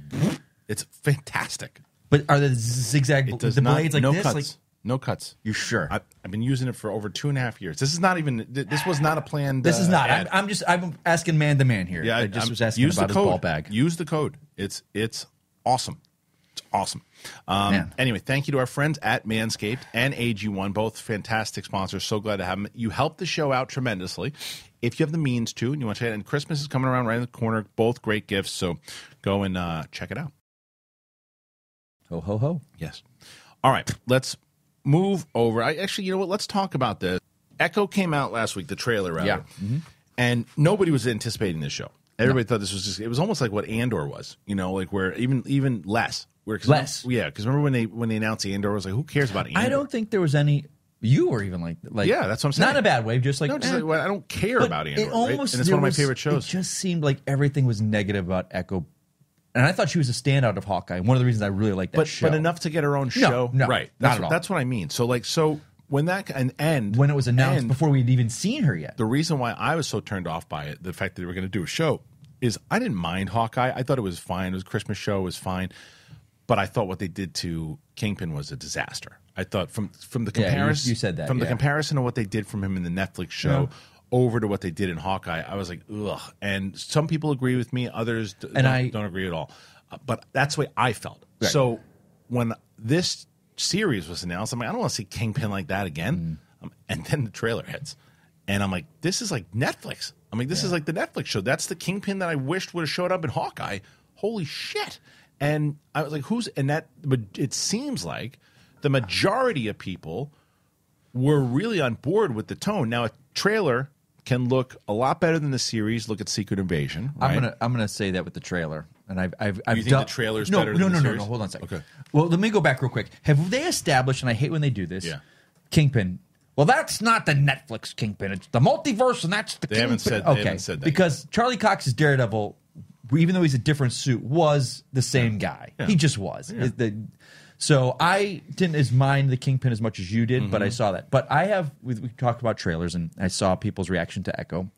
Speaker 1: it's fantastic.
Speaker 2: But are the zigzag
Speaker 1: It does
Speaker 2: the
Speaker 1: not
Speaker 2: blades like
Speaker 1: no
Speaker 2: this?
Speaker 1: cuts.
Speaker 2: Like
Speaker 1: no cuts.
Speaker 2: you sure?
Speaker 1: I, I've been using it for over two and a half years. This is not even. th- This was not a planned.
Speaker 2: this is
Speaker 1: uh,
Speaker 2: not. I'm,
Speaker 1: ad.
Speaker 2: I'm just. I'm asking man to man here. I just
Speaker 1: I'm-
Speaker 2: was asking
Speaker 1: use the
Speaker 2: about his
Speaker 1: code.
Speaker 2: ball bag.
Speaker 1: Use the code. It's it's awesome. It's awesome. Um,
Speaker 2: Man.
Speaker 1: Anyway, thank you to our friends at Manscaped and AG1, both fantastic sponsors. So glad to have them. You helped the show out tremendously. If you have the means to, and you want to, and Christmas is coming around right in the corner. Both great gifts. So go and uh, check it out.
Speaker 2: ho ho ho.
Speaker 1: Yes. All right, let's move over. I actually, you know what? Let's talk about this. Echo came out last week, the trailer, rather,
Speaker 2: Yeah. Mm-hmm.
Speaker 1: and nobody was anticipating this show. Everybody thought this was just—it was almost like what Andor was, you know, like where even even less, where 'cause-
Speaker 2: Less.
Speaker 1: yeah. Because remember when they when they announced the Andor, I was like, who cares about Andor?
Speaker 2: I don't think there was any. You were even like like
Speaker 1: Yeah, that's what I'm saying.
Speaker 2: Not in a bad way. Just like
Speaker 1: No, just
Speaker 2: eh.
Speaker 1: like, well, I don't care
Speaker 2: But
Speaker 1: about Andor,
Speaker 2: It almost
Speaker 1: right? and it's
Speaker 2: there
Speaker 1: one of my
Speaker 2: was-
Speaker 1: favorite
Speaker 2: It
Speaker 1: shows.
Speaker 2: just seemed like everything was negative about Echo, and I thought she was a standout of Hawkeye. One of the reasons I really like that
Speaker 1: But
Speaker 2: show.
Speaker 1: but enough to get her own show,
Speaker 2: no,
Speaker 1: right?
Speaker 2: not
Speaker 1: That's,
Speaker 2: at
Speaker 1: what-
Speaker 2: all.
Speaker 1: That's what I mean. So like, so when that and end
Speaker 2: when it was announced
Speaker 1: and-
Speaker 2: before we had even seen her yet.
Speaker 1: the reason why I was so turned off by it, the fact that they were going to do a show, is I didn't mind Hawkeye. I thought it was fine. It was a Christmas show. It was fine. But I thought what they did to Kingpin was a disaster. I thought from from the
Speaker 2: Yeah, you-
Speaker 1: comparison
Speaker 2: you said that,
Speaker 1: from the
Speaker 2: yeah.
Speaker 1: comparison of what they did from him in the Netflix show over to what they did in Hawkeye. I was like, ugh. And some people agree with me. Others d- don't,
Speaker 2: I-
Speaker 1: don't agree at all. Uh, But that's the way I felt.
Speaker 2: Right.
Speaker 1: So when this series was announced, I'm like, I don't want to see Kingpin like that again.
Speaker 2: Mm.
Speaker 1: Um, and then the trailer hits, and I'm like, this is like Netflix. I'm like, this is like the Netflix show. That's the Kingpin that I wished would have showed up in Hawkeye. Holy shit! And I was like, who's and that? But it seems like the majority of people were really on board with the tone. Now a trailer can look a lot better than the series. Look at Secret Invasion.
Speaker 2: I'm
Speaker 1: right?
Speaker 2: gonna I'm gonna say that with the trailer, and I've I've, I've
Speaker 1: think
Speaker 2: done,
Speaker 1: the trailer's
Speaker 2: no,
Speaker 1: better
Speaker 2: no
Speaker 1: than
Speaker 2: no
Speaker 1: the
Speaker 2: no
Speaker 1: series?
Speaker 2: no hold on a second.
Speaker 1: Okay.
Speaker 2: Well, let me go back real quick. Have they established? And I hate when they do this.
Speaker 1: Yeah.
Speaker 2: Kingpin. Well, that's not the Netflix Kingpin. It's the multiverse, and that's the
Speaker 1: They
Speaker 2: Kingpin.
Speaker 1: haven't said- they
Speaker 2: okay.
Speaker 1: haven't said that
Speaker 2: because Charlie Cox's Daredevil, even though he's a different suit, was the same guy. He just was. It- the- so I didn't as mind the Kingpin as much as you did,
Speaker 1: Mm-hmm.
Speaker 2: but I saw that. But I have we, we talked about trailers, and I saw people's reaction to Echo,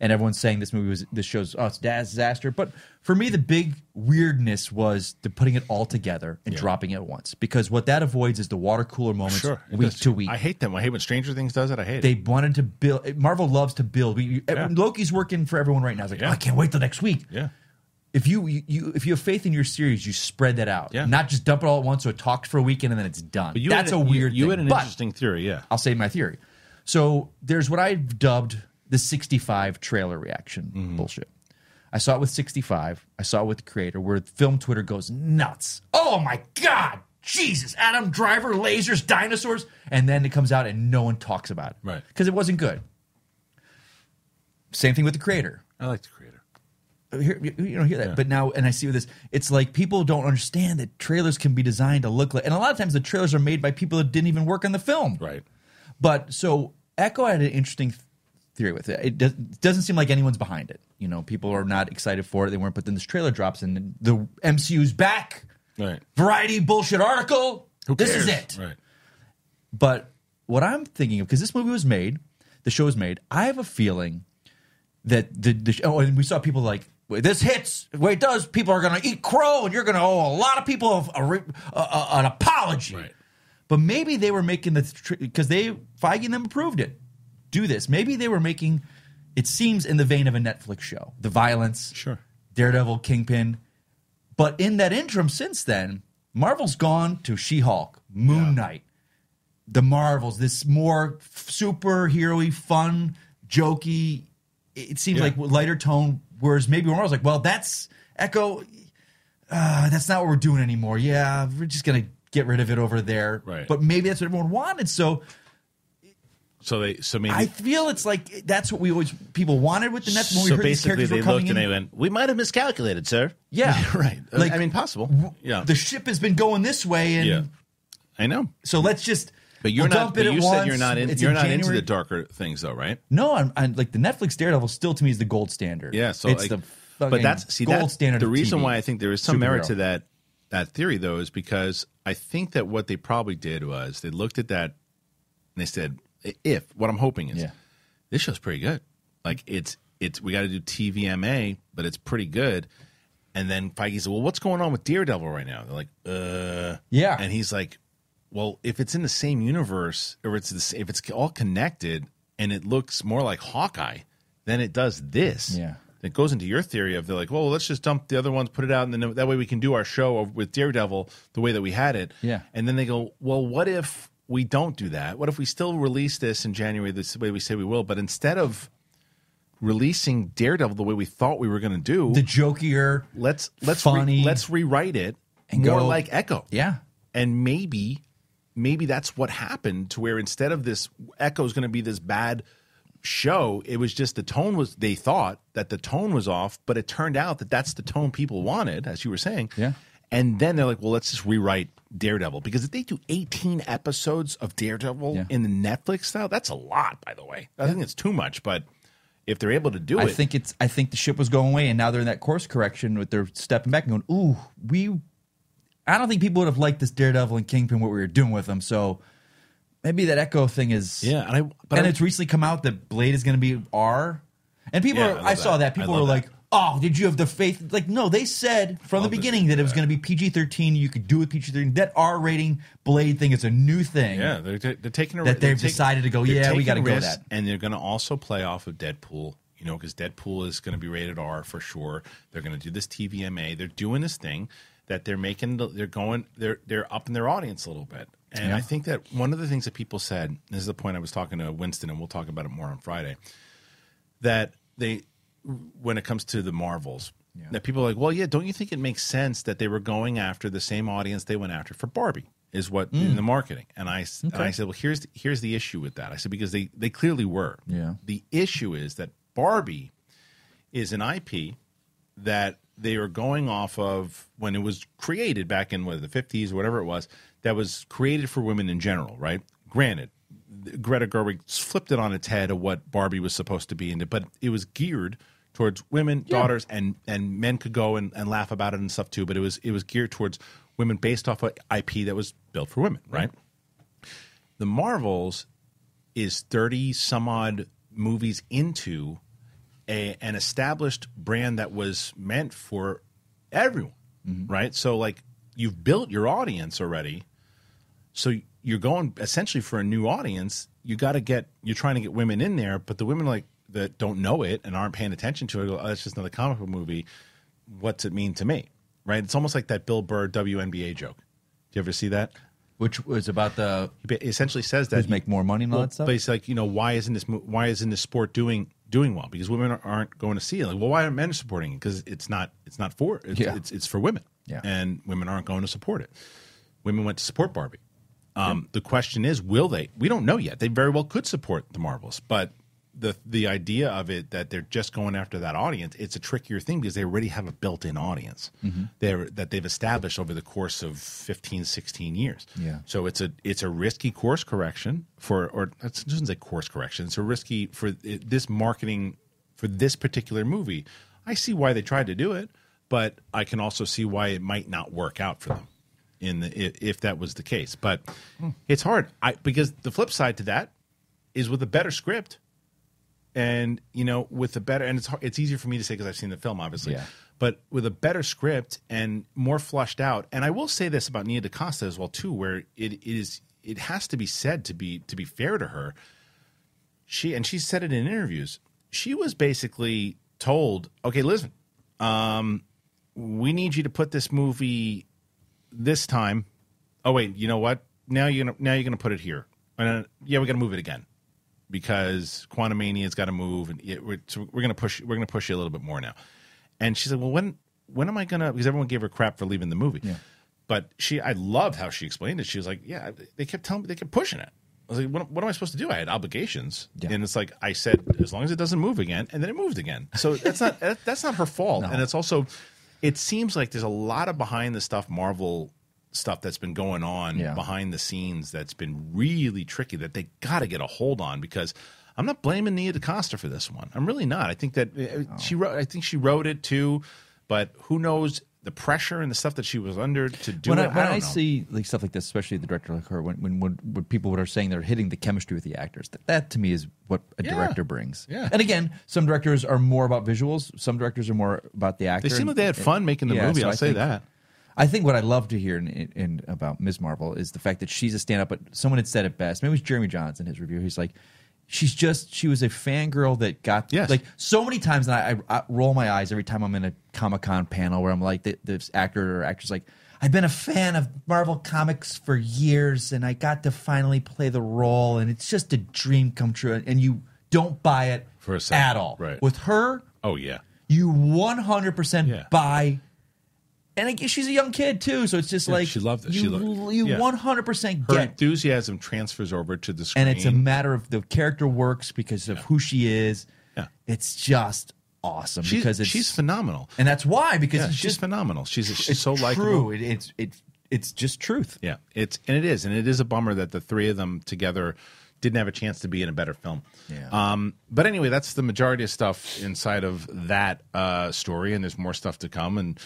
Speaker 2: and everyone's saying this movie was this show's oh it's a disaster. But for me, the big weirdness was the putting it all together and dropping it at once because what that avoids is the water cooler moments
Speaker 1: Sure, it
Speaker 2: week
Speaker 1: does.
Speaker 2: to week
Speaker 1: I hate them. I hate when Stranger Things does it. I hate it.
Speaker 2: they wanted to build. Marvel loves to build. We, Loki's working for everyone right now. It's like, oh, I can't wait till next week.
Speaker 1: Yeah.
Speaker 2: if you, you- you if you have faith in your series, you spread that out,
Speaker 1: Yeah.
Speaker 2: not just dump it all at once. So it talked for a weekend and then it's done.
Speaker 1: But you
Speaker 2: That's
Speaker 1: had
Speaker 2: a weird.
Speaker 1: You, you
Speaker 2: thing.
Speaker 1: had an
Speaker 2: But-
Speaker 1: interesting theory, yeah.
Speaker 2: I'll say my theory. So there's what I've dubbed the 65 trailer reaction
Speaker 1: Mm-hmm.
Speaker 2: bullshit. I saw it with 65. I saw it with the creator, where film Twitter goes nuts. Oh my God. Jesus, Adam Driver, lasers, dinosaurs. And then it comes out and no one talks about it.
Speaker 1: Right.
Speaker 2: Because it wasn't good. Same thing with the creator
Speaker 1: I like the creator.
Speaker 2: hear, you you don't hear that. But now, and I see with this, it's like people don't understand that trailers can be designed to look like, and a lot of times the trailers are made by people that didn't even work on the film.
Speaker 1: Right.
Speaker 2: But so Echo had an interesting th- theory with it. It, does, it doesn't seem like anyone's behind it. You know, people are not excited for it. They weren't. But then this trailer drops, and the MCU's back.
Speaker 1: Right.
Speaker 2: Variety bullshit article.
Speaker 1: Who
Speaker 2: this is
Speaker 1: cares?
Speaker 2: it.
Speaker 1: Right.
Speaker 2: But what I'm thinking of, because this movie was made, the show was made, I have a feeling that the, the oh, and we saw people like, "Well, this hits, where it does, people are going to eat crow, and you're going to owe a lot of people a, re- a, a- an apology.
Speaker 1: Right.
Speaker 2: But maybe they were making the, because they, Feige and them approved it, do this. Maybe they were making, it seems in the vein of a Netflix show, the violence,
Speaker 1: Sure.
Speaker 2: Daredevil, Kingpin. But in that interim since then, Marvel's gone to She Hulk, Moon Knight, the Marvels, this more superhero fun, jokey, it seems
Speaker 1: Yeah.
Speaker 2: like lighter tone. Whereas maybe Marvel's like, well, that's Echo. Uh, that's not what we're doing anymore. Yeah, we're just gonna get rid of it over there.
Speaker 1: Right.
Speaker 2: But maybe that's what everyone wanted. So
Speaker 1: So they so maybe
Speaker 2: I feel it's like that's what we always people wanted with the Nets. When we
Speaker 1: so
Speaker 2: heard these
Speaker 1: basically
Speaker 2: characters
Speaker 1: they
Speaker 2: were coming
Speaker 1: looked
Speaker 2: in,
Speaker 1: and they went, "We might have miscalculated, sir."
Speaker 2: Yeah.
Speaker 1: right.
Speaker 2: Like,
Speaker 1: I mean, possible.
Speaker 2: w-
Speaker 1: yeah.
Speaker 2: the ship has been going this way, and
Speaker 1: yeah. I know.
Speaker 2: so let's just.
Speaker 1: But you're
Speaker 2: we'll
Speaker 1: not.
Speaker 2: dump
Speaker 1: But
Speaker 2: it at
Speaker 1: you said
Speaker 2: once.
Speaker 1: you're not. In,
Speaker 2: It's
Speaker 1: you're not into
Speaker 2: January.
Speaker 1: the darker things, though, right?
Speaker 2: No, I'm, I'm like the Netflix Daredevil. Still, to me, is the gold standard.
Speaker 1: Yeah. So
Speaker 2: it's
Speaker 1: like,
Speaker 2: the
Speaker 1: but
Speaker 2: fucking
Speaker 1: that's see
Speaker 2: gold
Speaker 1: that's
Speaker 2: standard.
Speaker 1: The
Speaker 2: of
Speaker 1: reason
Speaker 2: TV.
Speaker 1: why I think there is some merit
Speaker 2: Superhero.
Speaker 1: to that that theory though is because I think that what they probably did was they looked at that and they said, i- if what I'm hoping is
Speaker 2: Yeah.
Speaker 1: this show's pretty good. Like it's it's we got to do TVMA, but it's pretty good. And then Feige said, "Well, what's going on with Daredevil right now?" They're like, "Uh,
Speaker 2: Yeah.
Speaker 1: And he's like, "Well, if it's in the same universe, or it's the, sa- if it's all connected, and it looks more like Hawkeye than it does this,
Speaker 2: Yeah.
Speaker 1: It goes into your theory of they're like, well, let's just dump the other ones, put it out, and then that way we can do our show with Daredevil the way that we had it.
Speaker 2: Yeah.
Speaker 1: And then they go, well, what if we don't do that? What if we still release this in January this way we say we will, but instead of releasing Daredevil the way we thought we were going to do,
Speaker 2: the jokier.
Speaker 1: let's let's re-
Speaker 2: funny
Speaker 1: let's rewrite it
Speaker 2: and
Speaker 1: more
Speaker 2: go-
Speaker 1: like Echo.
Speaker 2: yeah,
Speaker 1: And maybe maybe that's what happened to where instead of this Echo's going to be this bad show, it was just the tone was they thought that the tone was off, but it turned out that that's the tone people wanted as you were saying.
Speaker 2: Yeah.
Speaker 1: And then they're like, well, let's just rewrite Daredevil because if they do 18 episodes of Daredevil
Speaker 2: Yeah.
Speaker 1: in the Netflix style, that's a lot, by the way. I think it's too much, but if they're able to do
Speaker 2: I
Speaker 1: it,
Speaker 2: think it's. I think the ship was going away, and now they're in that course correction with their stepping back and going, "Ooh, we." I don't think people would have liked this Daredevil and Kingpin what we were doing with them. So maybe that Echo thing is.
Speaker 1: yeah, and I but
Speaker 2: and
Speaker 1: I-
Speaker 2: it's recently come out that Blade is going to be R. And people,
Speaker 1: Yeah, I
Speaker 2: are,
Speaker 1: love
Speaker 2: I, saw
Speaker 1: that.
Speaker 2: that.
Speaker 1: I
Speaker 2: People
Speaker 1: love
Speaker 2: were
Speaker 1: that.
Speaker 2: like, "Oh, did you have the faith?" Like, no, they said from the
Speaker 1: Love this.
Speaker 2: beginning that it was going to be PG thirteen. You could do with PG thirteen. That R rating Blade thing is a new thing.
Speaker 1: Yeah, they're, ta- they're taking a
Speaker 2: That
Speaker 1: they're
Speaker 2: they've
Speaker 1: taking-
Speaker 2: decided to go,
Speaker 1: they're
Speaker 2: "Yeah, we
Speaker 1: taking
Speaker 2: gotta go
Speaker 1: risks,
Speaker 2: that."
Speaker 1: and they're going to also play off of Deadpool. You know, because Deadpool is going to be rated R for sure. They're going to do this TVMA. They're doing this thing that they're making. the- They're going. They're they're upping their audience a little bit. And I think that one of the things that people said and this is the point I was talking to Winston, and we'll talk about it more on Friday. That they, when it comes to the Marvels, that people are like, well, yeah, don't you think it makes sense that they were going after the same audience they went after for Barbie? Is what in the marketing, and I s- and I said, well, here's the, here's the issue with that. I said because they they clearly were.
Speaker 2: Yeah.
Speaker 1: The issue is that Barbie is an IP that they are going off of when it was created back in what, the 50s, whatever it was, that was created for women in general, right? Granted, th- Greta Gerwig flipped it on its head of what Barbie was supposed to be, and but it was geared towards women, daughters, and and men could go and, and laugh about it and stuff too. But it was it was geared towards women based off of IP that was built for women, right? the Marvels is 30 some odd movies into a, an established brand that was meant for everyone, right? So, like, you've built your audience already. So, you're going essentially for a new audience. You got to get, you're trying to get women in there, but the women like that don't know it and aren't paying attention to it go, oh, that's just another comic book movie. what's it mean to me? Right? It's almost like that Bill Burr WNBA joke. Do you ever see that?
Speaker 2: which was about the
Speaker 1: He ba- essentially says that
Speaker 2: who's make more money and all
Speaker 1: Well,
Speaker 2: that stuff.
Speaker 1: But it's like you know why isn't this mo- why isn't this sport doing doing well? Because women are- aren't going to see it. Like, well, why aren't men supporting it? Because it's not it's not for it's,
Speaker 2: Yeah.
Speaker 1: it's it's for women.
Speaker 2: Yeah.
Speaker 1: and women aren't going to support it. Women went to support Barbie. Um, The question is, will they? We don't know yet. They very well could support the Marvels, but the the idea of it that they're just going after that audience, it's a trickier thing because they already have a built-in audience
Speaker 2: Mm-hmm.
Speaker 1: they're, that they've established over the course of 15, 16 years.
Speaker 2: Yeah.
Speaker 1: So it's a it's a risky course correction for, or it doesn't say course correction. It's a risky for it- this marketing for this particular movie. I see why they tried to do it, but I can also see why it might not work out for them in the i- if that was the case. But it's hard I, because the flip side to that is with a better script and you know with a better and it's hard, it's easier for me to say because I've seen the film obviously,
Speaker 2: Yeah.
Speaker 1: but with a better script and more flushed out. And I will say this about Nia DaCosta as well too, where it, it is it has to be said to be to be fair to her. She and she said it in interviews. She was basically told, "Okay, listen, um, we need you to put this movie this time. Oh wait, you know what? Now you're gonna now you're gonna put it here. And uh, yeah, we got to move it again because Quantum Mania's got to move, and it, we're, so we're gonna push we're gonna push you a little bit more now. And she said, well, when when am I gonna? Because everyone gave her crap for leaving the movie. But she, I love how she explained it. She was like, yeah, they kept telling me they kept pushing it. I was like, what, what am I supposed to do? I had obligations,
Speaker 2: Yeah.
Speaker 1: and it's like I said, as long as it doesn't move again, and then it moved again. So that's not that, that's not her fault, and it's also, it seems like there's a lot of behind the stuff Marvel stuff that's been going on
Speaker 2: Yeah.
Speaker 1: behind the scenes that's been really tricky that they got to get a hold on because I'm not blaming Nia DaCosta for this one. I'm really not. I think that uh, she
Speaker 2: Oh.
Speaker 1: wrote. I think she wrote it too, but who knows the pressure and the stuff that she was under to do
Speaker 2: when
Speaker 1: it.
Speaker 2: I, when
Speaker 1: don't
Speaker 2: I,
Speaker 1: know.
Speaker 2: see like stuff like this, especially the director like her, when when, when, when people are saying they're hitting the chemistry with the actors, that, that to me is what a
Speaker 1: Yeah.
Speaker 2: director brings.
Speaker 1: Yeah.
Speaker 2: And again, some directors are more about visuals, some directors are more about the actor.
Speaker 1: they seem
Speaker 2: and-
Speaker 1: like they had
Speaker 2: and-
Speaker 1: fun making the
Speaker 2: yeah,
Speaker 1: movie.
Speaker 2: so
Speaker 1: I'll
Speaker 2: I
Speaker 1: say
Speaker 2: think-
Speaker 1: that.
Speaker 2: I think what I love to hear in, in, in about Ms. Marvel is the fact that she's a stand up, but someone had said it best. Maybe it was Jeremy Johnson in his review. He's like, she's just, she was a fangirl that got,
Speaker 1: Yes.
Speaker 2: like, so many times, and I, I, I roll my eyes every time I'm in a Comic Con panel where I'm like, the, this actor or actress, like, I've been a fan of Marvel Comics for years, and I got to finally play the role, and it's just a dream come true. And you don't buy it
Speaker 1: For a second,
Speaker 2: at all.
Speaker 1: right.
Speaker 2: With her,
Speaker 1: Oh yeah,
Speaker 2: you 100%
Speaker 1: Yeah.
Speaker 2: buy and I guess she's a young kid too so it's just like
Speaker 1: she loved it.
Speaker 2: you,
Speaker 1: She loved it.
Speaker 2: you
Speaker 1: Yeah.
Speaker 2: 100%
Speaker 1: her
Speaker 2: get
Speaker 1: enthusiasm transfers over to the screen,
Speaker 2: and it's a matter of the character works because of who she is
Speaker 1: Yeah.
Speaker 2: it's just awesome
Speaker 1: she's,
Speaker 2: because it's
Speaker 1: she's phenomenal.
Speaker 2: and that's why because
Speaker 1: Yeah,
Speaker 2: it's
Speaker 1: she's
Speaker 2: just
Speaker 1: phenomenal. She's
Speaker 2: it's
Speaker 1: she's so likable.
Speaker 2: true it, it's it's it's just truth
Speaker 1: Yeah, it's and it is, and it is a bummer that the three of them together didn't have a chance to be in a better film.
Speaker 2: Yeah.
Speaker 1: Um, but anyway, that's the majority of stuff inside of that uh, story, and there's more stuff to come. And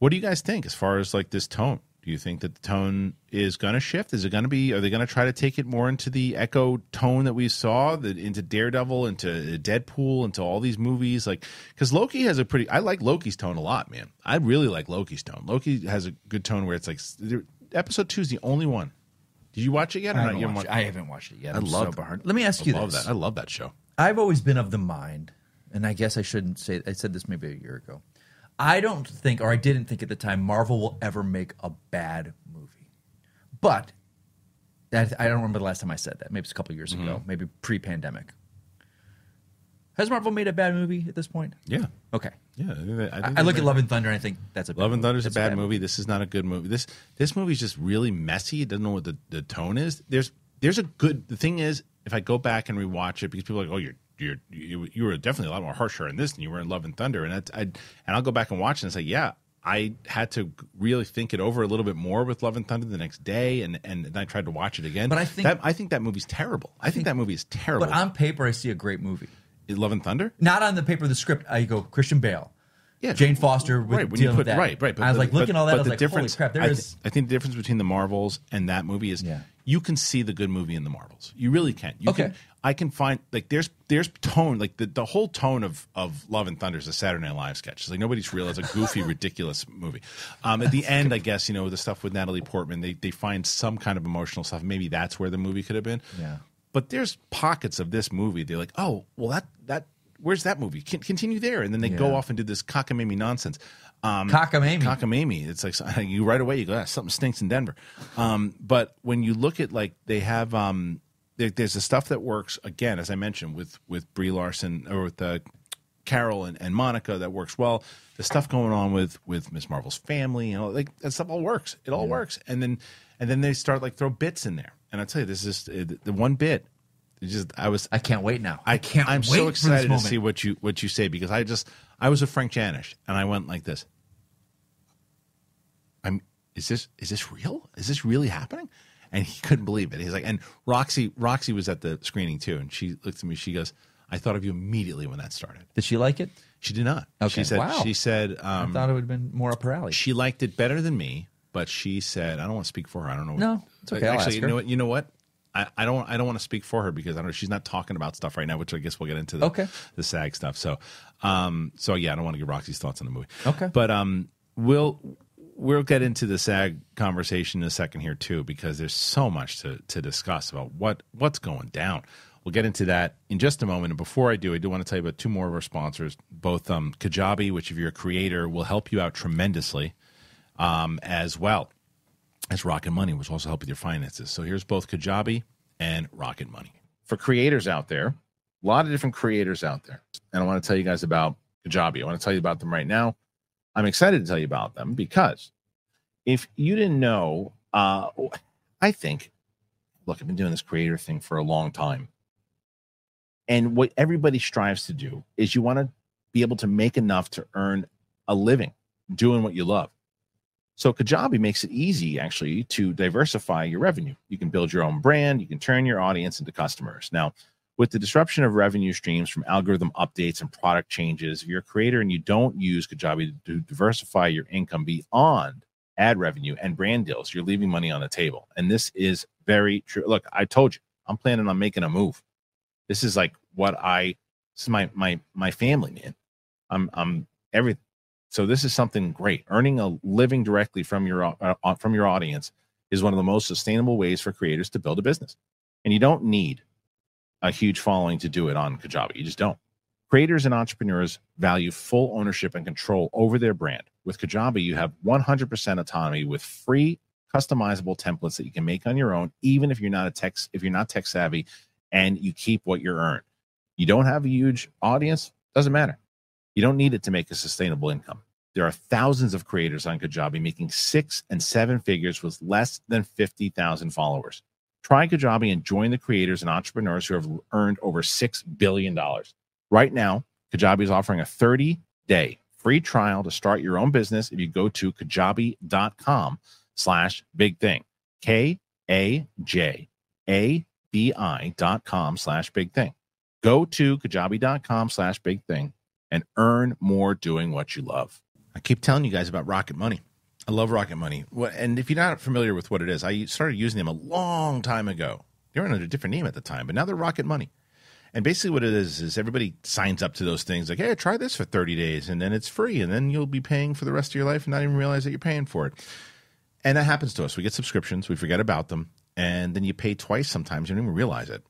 Speaker 1: what do you guys think as far as like this tone? Do you think that the tone is going to shift? Is it going to be? Are they going to try to take it more into the Echo tone that we saw, that into Daredevil, into Deadpool, into all these movies? Like, because Loki has a pretty. I like Loki's tone a lot, man. I really like Loki's tone. Loki has a good tone where it's like s- there- episode two is the only one. Did you watch it yet? Or
Speaker 2: I
Speaker 1: not?
Speaker 2: haven't,
Speaker 1: You haven't
Speaker 2: watched,
Speaker 1: watched-
Speaker 2: I haven't watched it yet. I'm
Speaker 1: love
Speaker 2: so
Speaker 1: that.
Speaker 2: behind. Let me ask
Speaker 1: I
Speaker 2: you
Speaker 1: love
Speaker 2: this.
Speaker 1: that. I love that show.
Speaker 2: I've always been of the mind, and I guess I shouldn't say I said this maybe a year ago. I don't think, or I didn't think at the time, Marvel will ever make a bad movie. But that, I don't remember the last time I said that. Maybe it's a couple years
Speaker 1: Mm-hmm.
Speaker 2: ago, maybe pre-pandemic. Has Marvel made a bad movie at this point?
Speaker 1: Yeah,
Speaker 2: Okay.
Speaker 1: yeah. I, think that- I
Speaker 2: I,
Speaker 1: think
Speaker 2: I
Speaker 1: that
Speaker 2: look at
Speaker 1: might-
Speaker 2: Love and Thunder and I think that's a bad
Speaker 1: Love and Thunder is a
Speaker 2: That's
Speaker 1: bad, movie. This is not a good movie. This this movie's just really messy. It doesn't know what the, the tone is. There's there's a good. The thing is, if I go back and rewatch it, because people are like, oh, you're you're you, you were definitely a lot more harsher in this than you were in Love and Thunder, and that's, I and I'll go back and watch it and say, yeah, I had to really think it over a little bit more with Love and Thunder the next day, and and, and I tried to watch it again.
Speaker 2: But I think-
Speaker 1: that, I think that movie's terrible. I, think, that movie is terrible.
Speaker 2: But on paper, I see a great movie.
Speaker 1: Love and Thunder.
Speaker 2: Not on the paper of the script. I go Christian Bale.
Speaker 1: Yeah,
Speaker 2: Jane Foster with
Speaker 1: right, when you
Speaker 2: dealing
Speaker 1: put,
Speaker 2: with that.
Speaker 1: Right, right.
Speaker 2: I was
Speaker 1: the-
Speaker 2: like looking at all that. I
Speaker 1: but
Speaker 2: was
Speaker 1: the
Speaker 2: like,
Speaker 1: difference,
Speaker 2: holy crap! There
Speaker 1: I,
Speaker 2: is.
Speaker 1: thi- I think the difference between the Marvels and that movie is
Speaker 2: Yeah.
Speaker 1: you can see the good movie in the Marvels. You really can. You
Speaker 2: Okay.
Speaker 1: Can, I can find like there's there's tone like the, the whole tone of of Love and Thunder is a Saturday Night Live sketch. It's like nobody's real. It's a goofy, ridiculous movie. Um, at the end, I guess you know the stuff with Natalie Portman. They they find some kind of emotional stuff. Maybe that's where the movie could have been.
Speaker 2: Yeah.
Speaker 1: But there's pockets of this movie. They're like, oh, well that that where's that movie? Con- continue there, and then they go off and do this cockamamie nonsense.
Speaker 2: Mm.
Speaker 1: Um,
Speaker 2: Cockamamie.
Speaker 1: cockamamie. It's like so- you right away you go, ah, something stinks in Denver. Um, but when you look at like they have, um, there, there's the stuff that works again, as I mentioned with with Brie Larson or with uh, Carol and, and Monica that works well. The stuff going on with with Miss Marvel's family, you know, like that stuff all works. It all works, and then and then they start like throw bits in there. And I tell you, this is the the one bit. It just I was
Speaker 2: I can't wait now.
Speaker 1: I
Speaker 2: can't.
Speaker 1: I'm
Speaker 2: wait
Speaker 1: so excited to
Speaker 2: for this moment.
Speaker 1: see what you what you say because I just I was a Frank Janish and I went like this. I'm is this is this real? Is this really happening? And he couldn't believe it. He's like, and Roxy Roxy was at the screening too, and she looked at me. She goes, "I thought of you immediately when that started."
Speaker 2: Did she like it?
Speaker 1: She did not.
Speaker 2: Okay,
Speaker 1: She said
Speaker 2: wow.
Speaker 1: she said
Speaker 2: I
Speaker 1: um,
Speaker 2: thought it would have been more up her alley.
Speaker 1: she liked it better than me, but she said I don't want to speak for her. I don't know.
Speaker 2: No, it's okay, I'll
Speaker 1: Actually,
Speaker 2: ask
Speaker 1: you
Speaker 2: her.
Speaker 1: know what? You know what? I, I don't. I don't want to speak for her because I don't. know. She's not talking about stuff right now, which I guess we'll get into. The,
Speaker 2: Okay.
Speaker 1: The SAG stuff. So, um, so yeah, I don't want to get Roxy's thoughts on the movie.
Speaker 2: Okay.
Speaker 1: But um, we'll we'll get into the SAG conversation in a second here too because there's so much to to discuss about what what's going down. We'll get into that in just a moment. And before I do, I do want to tell you about two more of our sponsors, both um, Kajabi, which if you're a creator will help you out tremendously um, as well as Rocket Money, which also help with your finances. So here's both Kajabi and Rocket Money. For creators out there, a lot of different creators out there. And I want to tell you guys about Kajabi. I want to tell you about them right now. I'm excited to tell you about them because if you didn't know, uh, I think, look, I've been doing this creator thing for a long time. And what everybody strives to do is you want to be able to make enough to earn a living doing what you love. So Kajabi makes it easy actually to diversify your revenue. You can build your own brand, you can turn your audience into customers. Now, with the disruption of revenue streams from algorithm updates and product changes, if you're a creator and you don't use Kajabi to diversify your income beyond ad revenue and brand deals, you're leaving money on the table. And this is very true. Look, I told you, I'm planning on making a move. This is like what I this is my my my family, man. I'm I'm everything. So this is something great. Earning a living directly from your au- uh, from your audience is one of the most sustainable ways for creators to build a business. And you don't need a huge following to do it on Kajabi. You just don't. Creators and entrepreneurs value full ownership and control over their brand. With Kajabi, you have 100% autonomy with free customizable templates that you can make on your own even if you're not a tech if you're not tech savvy and you keep what you earn. You don't have a huge audience, doesn't matter. You don't need it to make a sustainable income. There are thousands of creators on Kajabi making six and seven figures with less than 50,000 followers. Try Kajabi and join the creators and entrepreneurs who have earned over $6 billion. Right now, Kajabi is offering a 30 day free trial to start your own business if you go to kajabi.com slash big thing. K A J A B I dot com slash big thing. Go to kajabi.com slash big thing and earn more doing what you love. I keep telling you guys about Rocket Money. I love Rocket Money. What- And if you're not familiar with what it is, I started using them a long time ago. They were under a different name at the time, but now they're Rocket Money. And basically, what it is is everybody signs up to those things like, hey, try this for 30 days, and then it's free, and then you'll be paying for the rest of your life and not even realize that you're paying for it. And that happens to us. We get subscriptions, we forget about them, and then you pay twice sometimes, you don't even realize it.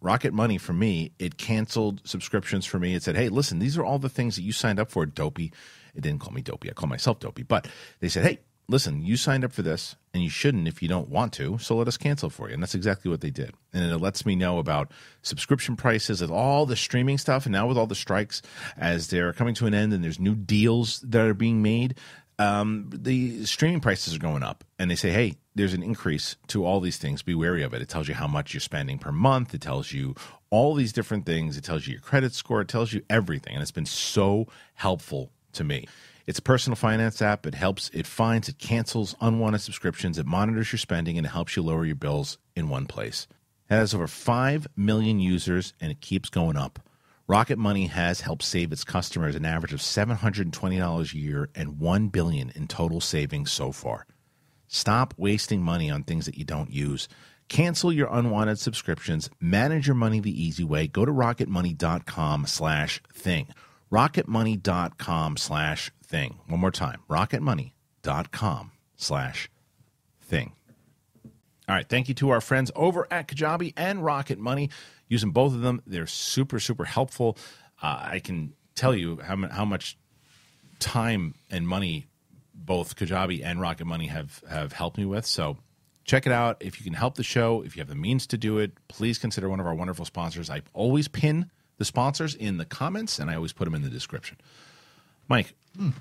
Speaker 1: Rocket Money for me, it canceled subscriptions for me. It said, hey, listen, these are all the things that you signed up for, dopey. It didn't call me dopey. I call myself dopey. But they said, hey, listen, you signed up for this and you shouldn't if you don't want to. So let us cancel for you. And that's exactly what they did. And it lets me know about subscription prices and all the streaming stuff. And now with all the strikes as they're coming to an end and there's new deals that are being made, um, the streaming prices are going up, and they say, "Hey, there's an increase to all these things. Be wary of it." It tells you how much you're spending per month. It tells you all these different things. It tells you your credit score. It tells you everything, and it's been so helpful to me. It's a personal finance app. It helps. It finds. It cancels unwanted subscriptions. It monitors your spending, and it helps you lower your bills in one place. It has over five million users, and it keeps going up. Rocket Money has helped save its customers an average of $720 a year and $1 billion in total savings so far. Stop wasting money on things that you don't use. Cancel your unwanted subscriptions. Manage your money the easy way. Go to rocketmoney.com slash thing. Rocketmoney.com slash thing. One more time. Rocketmoney.com slash thing. All right. Thank you to our friends over at Kajabi and Rocket Money. Using both of them, they're super, super helpful. uh, I can tell you how, mu- how much time and money both Kajabi and Rocket Money have have helped me with. So check it out if you can help the show. If you have the means to do it, please consider one of our wonderful sponsors. I always pin the sponsors in the comments, and I always put them in the description. Mike, what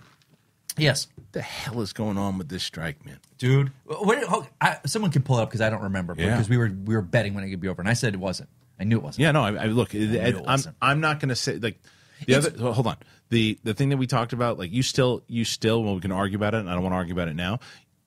Speaker 2: Yes,
Speaker 1: the hell is going on with this strike, man?
Speaker 2: dude. What, how- I, someone can pull it up because I don't remember.
Speaker 1: Yeah.
Speaker 2: Because we were we were betting when it could be over, and I said it wasn't. I knew it wasn't.
Speaker 1: Yeah, no. I, I look. I
Speaker 2: it
Speaker 1: I'm,
Speaker 2: wasn't.
Speaker 1: I'm not going to say like the other. well, hold on. The the thing that we talked about, like you still, you still. Well, we can argue about it, and I don't want to argue about it now.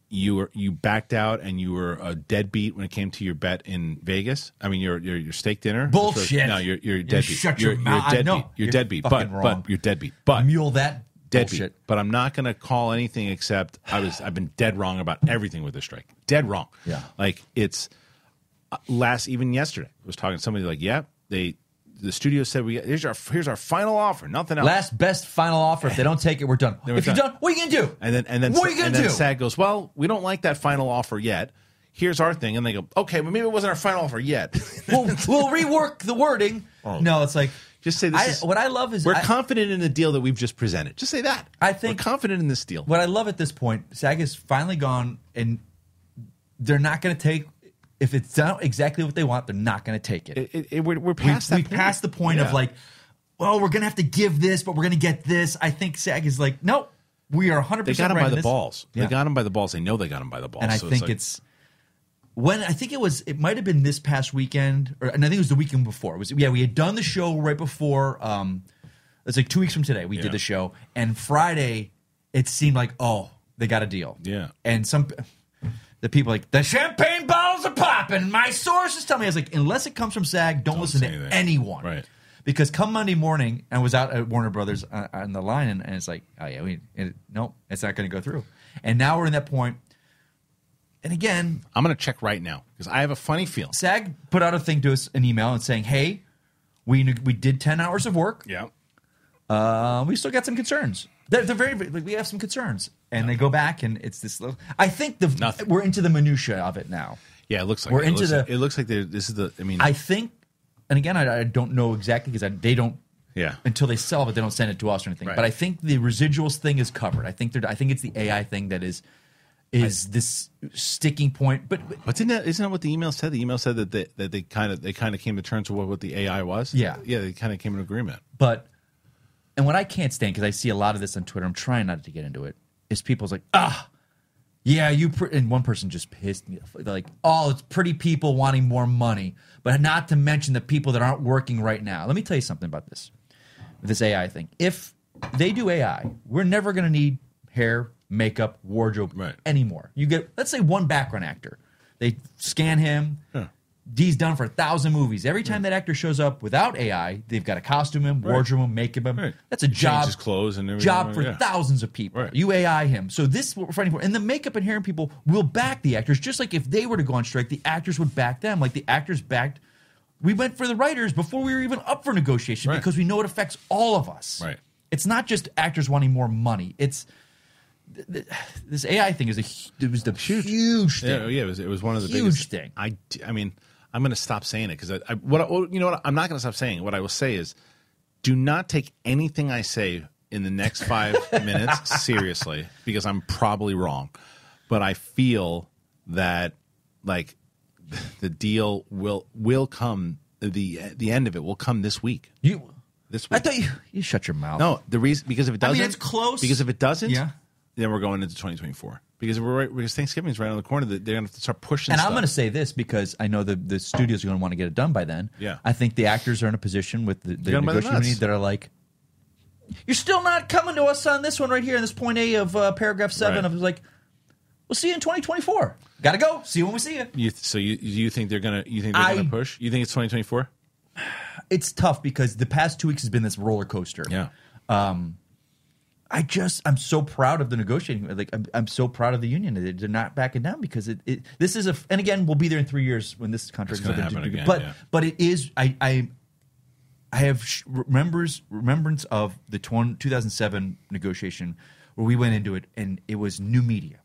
Speaker 1: You were you backed out, and you were a deadbeat when it came to your bet in Vegas. I mean, your your, your steak dinner.
Speaker 2: Bullshit.
Speaker 1: No, you're you're a
Speaker 2: You
Speaker 1: deadbeat.
Speaker 2: shut
Speaker 1: you're,
Speaker 2: your
Speaker 1: you're a
Speaker 2: mouth. I
Speaker 1: deadbeat.
Speaker 2: know.
Speaker 1: You're,
Speaker 2: You're
Speaker 1: deadbeat. But
Speaker 2: fucking wrong.
Speaker 1: but you're deadbeat. But
Speaker 2: Mule that
Speaker 1: deadbeat.
Speaker 2: bullshit.
Speaker 1: But I'm not going to call anything except I was I've been dead wrong about everything with this strike. Dead wrong.
Speaker 2: Yeah.
Speaker 1: Like it's uh, last even yesterday. I was talking to somebody like, "Yeah, they the studio said we here's our here's our final offer, nothing else."
Speaker 2: Last best final offer. If they don't take it, we're done.
Speaker 1: we're
Speaker 2: if you're
Speaker 1: done.
Speaker 2: done, what are you gonna do?
Speaker 1: and then and then
Speaker 2: what are you
Speaker 1: and then
Speaker 2: gonna do?
Speaker 1: SAG goes, "Well, we don't like that final offer yet. Here's our thing." And they go, "Okay, but maybe it wasn't our final offer yet."
Speaker 2: we'll, we'll rework the wording. No, it's like
Speaker 1: Oh. Just say this
Speaker 2: I,
Speaker 1: is-
Speaker 2: what I love is
Speaker 1: We're
Speaker 2: I-
Speaker 1: confident in the deal that we've just presented. Just say that.
Speaker 2: I think-
Speaker 1: we're confident in this deal.
Speaker 2: what I love at this point, SAG has finally gone, and they're not going to take. If it's not exactly what they want, they're not going to take it.
Speaker 1: It- it- it- we're, we're
Speaker 2: we
Speaker 1: past
Speaker 2: we
Speaker 1: that. point.
Speaker 2: passed the point
Speaker 1: Yeah.
Speaker 2: of like, well, we're going to have to give this, but we're going to get this. I think SAG is like, nope, we are 100.
Speaker 1: They got him by the balls.
Speaker 2: Yeah.
Speaker 1: They got him by the balls. They know they got him by the balls.
Speaker 2: and I
Speaker 1: So
Speaker 2: think
Speaker 1: like-
Speaker 2: it's, when I think it was it might have been this past weekend, or and I think it was the weekend before. It was yeah, we had done the show right before. Um, it's like two weeks from today. We
Speaker 1: Yeah.
Speaker 2: did the show, and Friday it seemed like oh they got a deal.
Speaker 1: Yeah.
Speaker 2: and some the people like the champagne bottles are popping. My sources tell me I was like unless it comes from SAG, don't, listen to
Speaker 1: say anything.
Speaker 2: anyone.
Speaker 1: Right.
Speaker 2: Because come Monday morning, I was out at Warner Brothers on, on the line, and, and it's like, oh yeah, we it, nope, it's not going to go through. And now we're in that point, and again,
Speaker 1: I'm going to check right now because I have a funny feeling.
Speaker 2: SAG put out a thing to us, an email, and saying, "Hey, we we did ten hours of work.
Speaker 1: Yeah.
Speaker 2: Uh, we still got some concerns. They're, they're very like, we have some concerns." And they go back, and it's this little. I think the
Speaker 1: Nothing.
Speaker 2: we're into the minutia of it now.
Speaker 1: Yeah, it looks like
Speaker 2: We're
Speaker 1: it. It
Speaker 2: into
Speaker 1: looks
Speaker 2: the-
Speaker 1: like- it looks like they're- this is the. I mean,
Speaker 2: I think, and again, I, I don't know exactly because they don't.
Speaker 1: Yeah.
Speaker 2: Until they sell it, they don't send it to us or anything.
Speaker 1: Right.
Speaker 2: But I think the residuals thing is covered. I think they're. I think it's the AI thing that is is this sticking point. But
Speaker 1: but isn't that isn't that what the email said? The email said that they, that they kind of they kind of came to terms with what, what the AI was.
Speaker 2: Yeah.
Speaker 1: yeah, they kind of came to agreement.
Speaker 2: But and what I can't stand because I see a lot of this on Twitter. I'm trying not to get into it. Is people's like ah. Yeah, you pr-, and one person just pissed me. off. They're like, oh, it's pretty people wanting more money, but not to mention the people that aren't working right now. Let me tell you something about this, this AI thing. If they do AI, we're never going to need hair, makeup, wardrobe
Speaker 1: Right.
Speaker 2: anymore. You get, let's say, one background actor. They scan him. D's done for a thousand movies. Every time that actor shows up without AI, they've got a costume him, wardrobe him, makeup him.
Speaker 1: Right.
Speaker 2: That's a job.
Speaker 1: his clothes and everything,
Speaker 2: job for
Speaker 1: yeah.
Speaker 2: thousands of people.
Speaker 1: Right.
Speaker 2: You AI him. So this is what we're fighting for. And the makeup and hair people will back the actors, just like if they were to go on strike, the actors would back them. Like the actors backed. We went for the writers before we were even up for negotiation
Speaker 1: Right.
Speaker 2: because we know it affects all of us.
Speaker 1: Right.
Speaker 2: It's not just actors wanting more money. It's th- th- this AI thing is a hu- it was the huge, thing.
Speaker 1: Yeah, Oh, yeah, it was it was one of the
Speaker 2: Huge
Speaker 1: biggest
Speaker 2: thing.
Speaker 1: I d- I mean, I'm going to stop saying it because I, I what I, well, you know what I'm not going to stop saying. it. What I will say is, do not take anything I say in the next five minutes seriously because I'm probably wrong, but I feel that like the deal will will come the the end of it will come this week.
Speaker 2: You,
Speaker 1: This week.
Speaker 2: I thought you you shut your mouth.
Speaker 1: No, the reason because if it
Speaker 2: I
Speaker 1: doesn't,
Speaker 2: mean, it's close.
Speaker 1: Because if it doesn't,
Speaker 2: Yeah.
Speaker 1: then we're going into 2024 because we're right, because Thanksgiving's right on the corner. That they're going to have to start pushing.
Speaker 2: And
Speaker 1: stuff.
Speaker 2: I'm going to say this because I know the, the studios are going to want to get it done by then.
Speaker 1: Yeah.
Speaker 2: I think the actors are in a position with the, the
Speaker 1: Get 'em by the
Speaker 2: negotiating
Speaker 1: nuts.
Speaker 2: that are like, you're still not coming to us on this one right here in this point A of uh, paragraph seven.
Speaker 1: Right.
Speaker 2: Of like, we'll see you in 2024. Got to go. See you when we see you.
Speaker 1: You th- so you you think they're gonna you think they're
Speaker 2: I-
Speaker 1: gonna push? You think it's 2024?
Speaker 2: It's tough because the past two weeks has been this roller coaster. Um, I just I'm so proud of the negotiating. Like I'm, I'm so proud of the union. They- They're not backing down because it, it this is a and again we'll be there in three years when this contract
Speaker 1: It's gonna
Speaker 2: is up.
Speaker 1: happen again,
Speaker 2: but
Speaker 1: yeah.
Speaker 2: but it is I I I have sh- remembers remembrance of the twen- 2007 negotiation where we went into it and it was new media.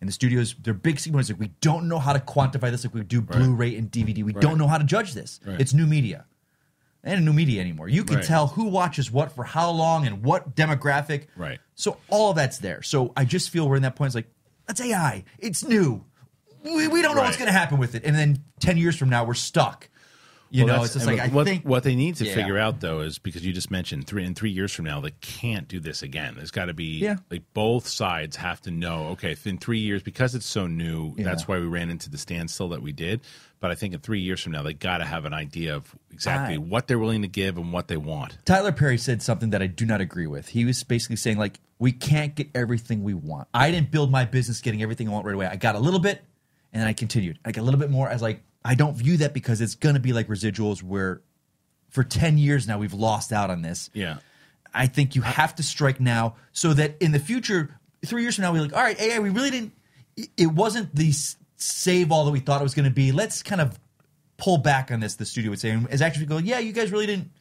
Speaker 2: And the studios, their big signal is like, we don't know how to quantify this like we do Blu-ray and DVD. We don't know how to judge this. It's new media. They ain't a new media anymore. You can
Speaker 1: Right.
Speaker 2: tell who watches what for how long and what demographic.
Speaker 1: Right.
Speaker 2: So all of that's there. So I just feel we're in that point. It's like that's AI. It's new. We, we don't know what's
Speaker 1: Right.
Speaker 2: going to happen with it. And then ten years from now, we're stuck. You
Speaker 1: Well,
Speaker 2: know,
Speaker 1: that's-
Speaker 2: it's just
Speaker 1: and
Speaker 2: like I
Speaker 1: what,
Speaker 2: think
Speaker 1: what they need to
Speaker 2: Yeah.
Speaker 1: figure out though is because you just mentioned three in three years from now they can't do this again. There's got to be
Speaker 2: Yeah.
Speaker 1: like both sides have to know. Okay, in three years because it's so new, that's why we ran into the standstill that we did. But I think in three years from now they got to have an idea of exactly
Speaker 2: Aye.
Speaker 1: what they're willing to give and what they want.
Speaker 2: Tyler Perry said something that I do not agree with. He was basically saying like we can't get everything we want. I didn't build my business getting everything I want right away. I got a little bit and then I continued. I got a little bit more as like I don't view that because it's going to be like residuals where for 10 years now we've lost out on this.
Speaker 1: Yeah.
Speaker 2: I think you have to strike now so that in the future, three years from now, we're like, all right, AI, we really didn't, it wasn't the s- save all that we thought it was going to be. Let's kind of pull back on this, the studio would say. And as actually go, yeah, you guys really didn't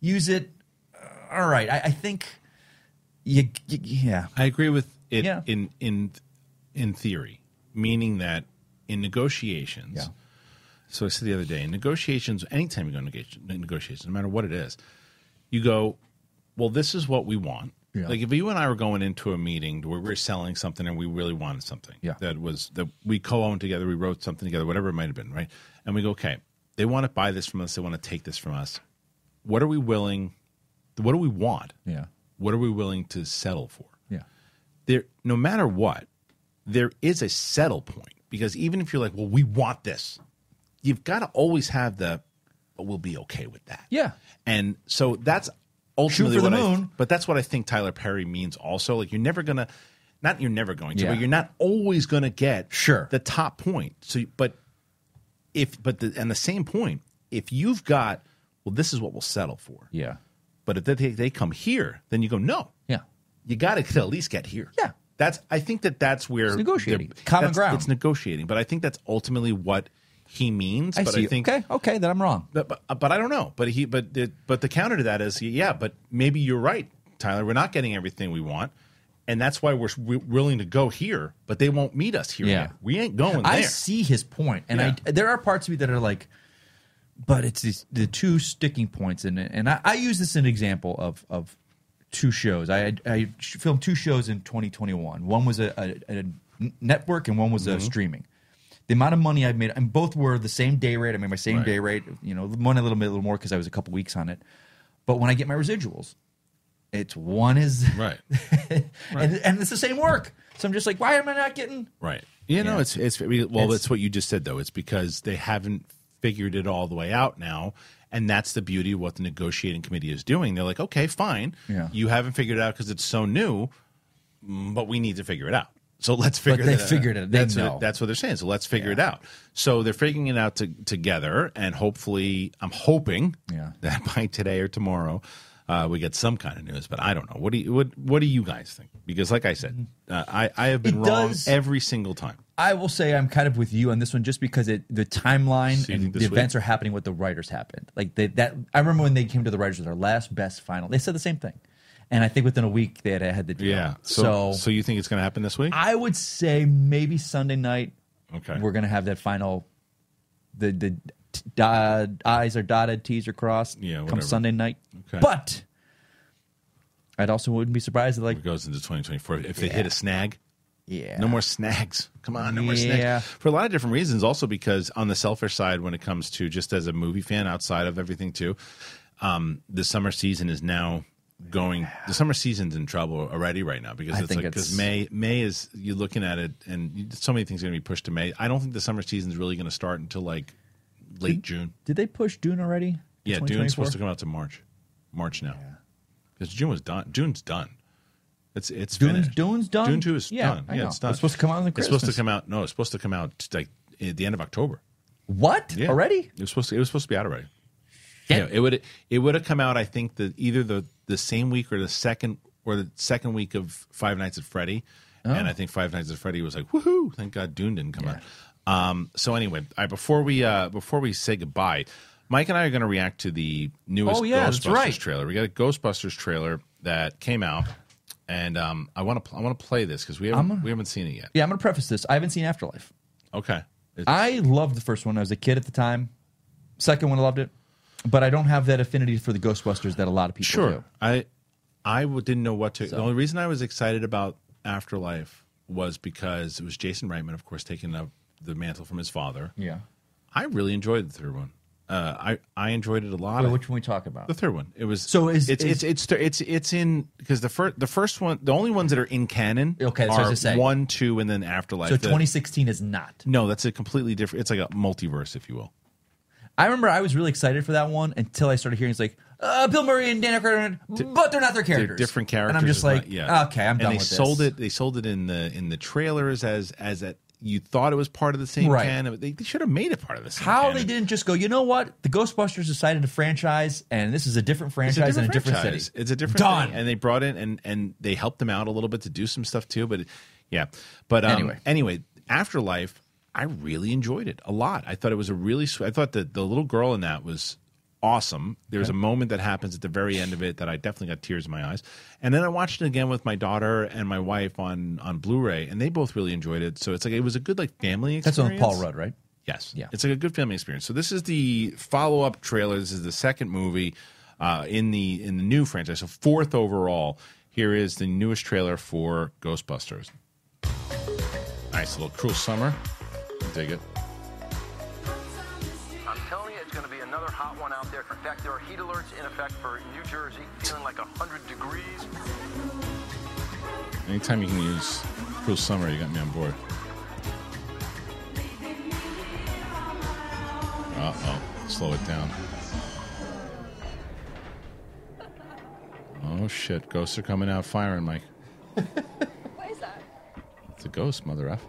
Speaker 2: use it. Uh, all right. I, I think, you, you, yeah.
Speaker 1: I agree with it
Speaker 2: Yeah.
Speaker 1: in in in theory, meaning that in negotiations.
Speaker 2: Yeah.
Speaker 1: So I said the other day, in negotiations, anytime you go negotiation, negotiations, no matter what it is, you go, well, this is what we want.
Speaker 2: Yeah.
Speaker 1: Like if you and I were going into a meeting where we we're selling something and we really wanted something
Speaker 2: Yeah.
Speaker 1: that was that we co-owned together, we wrote something together, whatever it might have been, right? And we go, okay, they want to buy this from us, they want to take this from us. What are we willing? What do we want?
Speaker 2: Yeah.
Speaker 1: What are we willing to settle for?
Speaker 2: Yeah.
Speaker 1: there no matter what there is a settle point because even if you're like well we want this you've got to always have the but we'll be okay with that
Speaker 2: Yeah.
Speaker 1: and so that's ultimately
Speaker 2: for the
Speaker 1: what I-
Speaker 2: moon.
Speaker 1: but that's what i think tyler perry means also like you're never gonna not you're never going to
Speaker 2: Yeah.
Speaker 1: but you're not always gonna get
Speaker 2: Sure.
Speaker 1: the top point so but if but the and the same point if you've got well this is what we'll settle for
Speaker 2: Yeah.
Speaker 1: but if they, they come here then you go no
Speaker 2: Yeah.
Speaker 1: you got to at least get here.
Speaker 2: Yeah.
Speaker 1: that's. I think that that's where it's
Speaker 2: negotiating. Common ground.
Speaker 1: It's negotiating, but I think that's ultimately what he means.
Speaker 2: I
Speaker 1: but
Speaker 2: see.
Speaker 1: I think,
Speaker 2: okay. Okay. Then I'm wrong.
Speaker 1: but, uh, but but I don't know. But he but the, but the counter to that is yeah. But maybe you're right, Tyler. We're not getting everything we want, and that's why we're, we're willing to go here. But they won't meet us here.
Speaker 2: Yeah.
Speaker 1: yet. we ain't going
Speaker 2: I
Speaker 1: there.
Speaker 2: see his point, and I
Speaker 1: Yeah.
Speaker 2: there are parts of me that are like, but it's these, the two sticking points in it. And I, I use this as an example of of two shows. I I sh- filmed two shows in 2021. One was a, a, a network, and one was
Speaker 1: Mm-hmm.
Speaker 2: a streaming. The amount of money I made, and both were the same day rate. I made my same
Speaker 1: Right.
Speaker 2: day rate. You know, one a little bit, a little more because I was a couple weeks on it. But when I get my residuals, it's one is
Speaker 1: Right.
Speaker 2: and, and it's the same work. So I'm just like, why am I not getting?
Speaker 1: Right. You know,
Speaker 2: Yeah.
Speaker 1: it's it's well,
Speaker 2: It's-
Speaker 1: that's what you just said though. It's because they haven't figured it all the way out now, and that's the beauty of what the negotiating committee is doing. They're like, okay, fine,
Speaker 2: Yeah.
Speaker 1: you haven't figured it out because it's so new, mm, but we need to figure it out. So let's figure.
Speaker 2: they
Speaker 1: that out.
Speaker 2: figured it- they
Speaker 1: that's
Speaker 2: know.
Speaker 1: What, that's what they're saying. So let's figure it out. So they're figuring it out to, together, and hopefully, I'm hoping
Speaker 2: Yeah.
Speaker 1: that by today or tomorrow. Uh, we get some kind of news, but I don't know. What do you what What do you guys think? Because, like I said,
Speaker 2: Mm-hmm.
Speaker 1: uh, I I have been
Speaker 2: It
Speaker 1: wrong
Speaker 2: does-
Speaker 1: every single time.
Speaker 2: I will say I'm kind of with you on this one, just because it, the timeline
Speaker 1: So you
Speaker 2: and
Speaker 1: think
Speaker 2: the
Speaker 1: this
Speaker 2: events are happening what the writers happened. Like they, that, I remember when they came to the writers with their last best final, they said the same thing, and I think within a week they had had the deal.
Speaker 1: Yeah. So,
Speaker 2: So,
Speaker 1: so, you think it's going to happen this week?
Speaker 2: I would say maybe Sunday night
Speaker 1: Okay.
Speaker 2: we're gonna have that final. The the t- da- I's are dotted, T's are crossed.
Speaker 1: Yeah,
Speaker 2: Come
Speaker 1: whatever.
Speaker 2: Sunday night.
Speaker 1: Okay.
Speaker 2: But I'd also wouldn't be surprised if like
Speaker 1: it goes into 2024 if they hit a snag.
Speaker 2: yeah
Speaker 1: No more snags. Come on, no more
Speaker 2: Yeah.
Speaker 1: snags. For a lot of different reasons. Also, because on the selfish side, when it comes to just as a movie fan outside of everything, too, um, the summer season is now going. The summer season's in trouble already right now because
Speaker 2: I
Speaker 1: it's
Speaker 2: think
Speaker 1: like because
Speaker 2: it's-
Speaker 1: May May is you're looking at it and you- so many things are going to be pushed to May. I don't think the summer season's really going to start until like late June.
Speaker 2: Did they push Dune already?
Speaker 1: Yeah, Dune's
Speaker 2: 2024?
Speaker 1: supposed to come out to March, March now, because June was done. June's done. It's it's
Speaker 2: Dune's-
Speaker 1: finished.
Speaker 2: Dune's done?
Speaker 1: Dune two is
Speaker 2: Yeah,
Speaker 1: done.
Speaker 2: I
Speaker 1: yeah,
Speaker 2: know.
Speaker 1: it's done.
Speaker 2: It's supposed to come out on
Speaker 1: It's supposed to
Speaker 2: Christmas.
Speaker 1: come out. No, it's supposed to come out like at the end of October.
Speaker 2: What
Speaker 1: Yeah.
Speaker 2: already?
Speaker 1: It was supposed to. It was supposed to be out already.
Speaker 2: Shit.
Speaker 1: Yeah, it would it would have come out. I think the either the the same week or the second or the second week of Five Nights at Freddy,
Speaker 2: Oh.
Speaker 1: and I think Five Nights at Freddy was like woohoo! Thank God Dune didn't come out. Um, so anyway, I, before we uh, before we say goodbye, Mike and I are going to react to the newest
Speaker 2: Oh, yeah, that's
Speaker 1: Ghostbusters
Speaker 2: right.
Speaker 1: trailer. We got a Ghostbusters trailer that came out, and um, I want to pl- I want to play this because we haven't we haven't seen it yet.
Speaker 2: Yeah, I'm gonna preface this. I haven't seen Afterlife.
Speaker 1: Okay, It's-
Speaker 2: I loved the first one. I was a kid at the time. Second one, I loved it. but I don't have that affinity for the Ghostbusters that a lot of people
Speaker 1: Sure.
Speaker 2: do.
Speaker 1: I I w- didn't know what to. The only reason I was excited about Afterlife was because it was Jason Reitman, of course, taking up the mantle from his father.
Speaker 2: Yeah.
Speaker 1: I really enjoyed the third one. Uh, I I enjoyed it a lot.
Speaker 2: Wait, which one we talk about?
Speaker 1: the third one. It was
Speaker 2: So is-
Speaker 1: it's
Speaker 2: is-
Speaker 1: it's it's thir- it's it's in because the first the first one the only ones that are in canon
Speaker 2: Okay, that's what I was
Speaker 1: are
Speaker 2: just saying.
Speaker 1: one two and then Afterlife.
Speaker 2: so
Speaker 1: The-
Speaker 2: 2016 is not.
Speaker 1: no, that's a completely different. It's like a multiverse, if you will.
Speaker 2: I remember I was really excited for that one until I started hearing it's like uh, Bill Murray and Dan Aykroyd, but they're not
Speaker 1: They're
Speaker 2: their characters.
Speaker 1: different characters.
Speaker 2: And I'm just
Speaker 1: It's not-
Speaker 2: like, okay, I'm
Speaker 1: and
Speaker 2: done
Speaker 1: they
Speaker 2: with this.
Speaker 1: sold it. They sold it in the in the trailers as as that you thought it was part of the same
Speaker 2: Right.
Speaker 1: canon. They, they should have made it part of the same.
Speaker 2: How
Speaker 1: canon.
Speaker 2: they didn't just go, you know what? The Ghostbusters decided to franchise, and this is a different
Speaker 1: It's
Speaker 2: franchise in a different
Speaker 1: franchise.
Speaker 2: city.
Speaker 1: It's a different
Speaker 2: Done.
Speaker 1: thing. And they brought in and and they helped them out a little bit to do some stuff too. But it- yeah, but um,
Speaker 2: Anyway.
Speaker 1: anyway, Afterlife, I really enjoyed it a lot. I thought it was a really. Sw- I thought the the little girl in that was awesome. There's a moment that happens at the very end of it that I definitely got tears in my eyes. And then I watched it again with my daughter and my wife on on Blu-ray, and they both really enjoyed it. So it's like it was a good like family.
Speaker 2: That's
Speaker 1: experience.
Speaker 2: on Paul Rudd, right?
Speaker 1: Yes.
Speaker 2: Yeah.
Speaker 1: It's like a good family experience. So this is the follow up trailer. This is the second movie uh, in the in the new franchise. So fourth overall. Here is the newest trailer for Ghostbusters. Nice little cruel summer. I dig it.
Speaker 5: I'm telling you, it's going to be another hot one out there. In fact, there are heat alerts in effect for New Jersey, feeling like 100 degrees.
Speaker 1: Anytime you can use cruel summer, you got me on board. Uh oh. Slow it down. Oh shit. Ghosts are coming out firing, Mike.
Speaker 6: What is that?
Speaker 1: It's a ghost, mother f.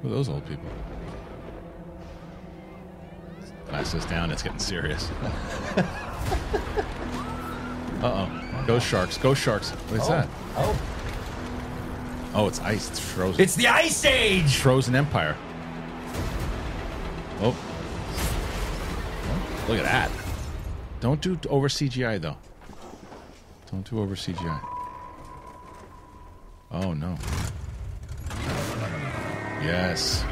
Speaker 1: Who are those old people? Glass this down. It's getting serious. uh oh. Ghost sharks. Ghost sharks. What is that?
Speaker 2: Oh,
Speaker 1: Oh, it's ice. It's frozen.
Speaker 2: it's the Ice Age.
Speaker 1: frozen empire. Oh. Look at that. Don't do over CGI, though. Don't do over CGI. Oh, no. Yes.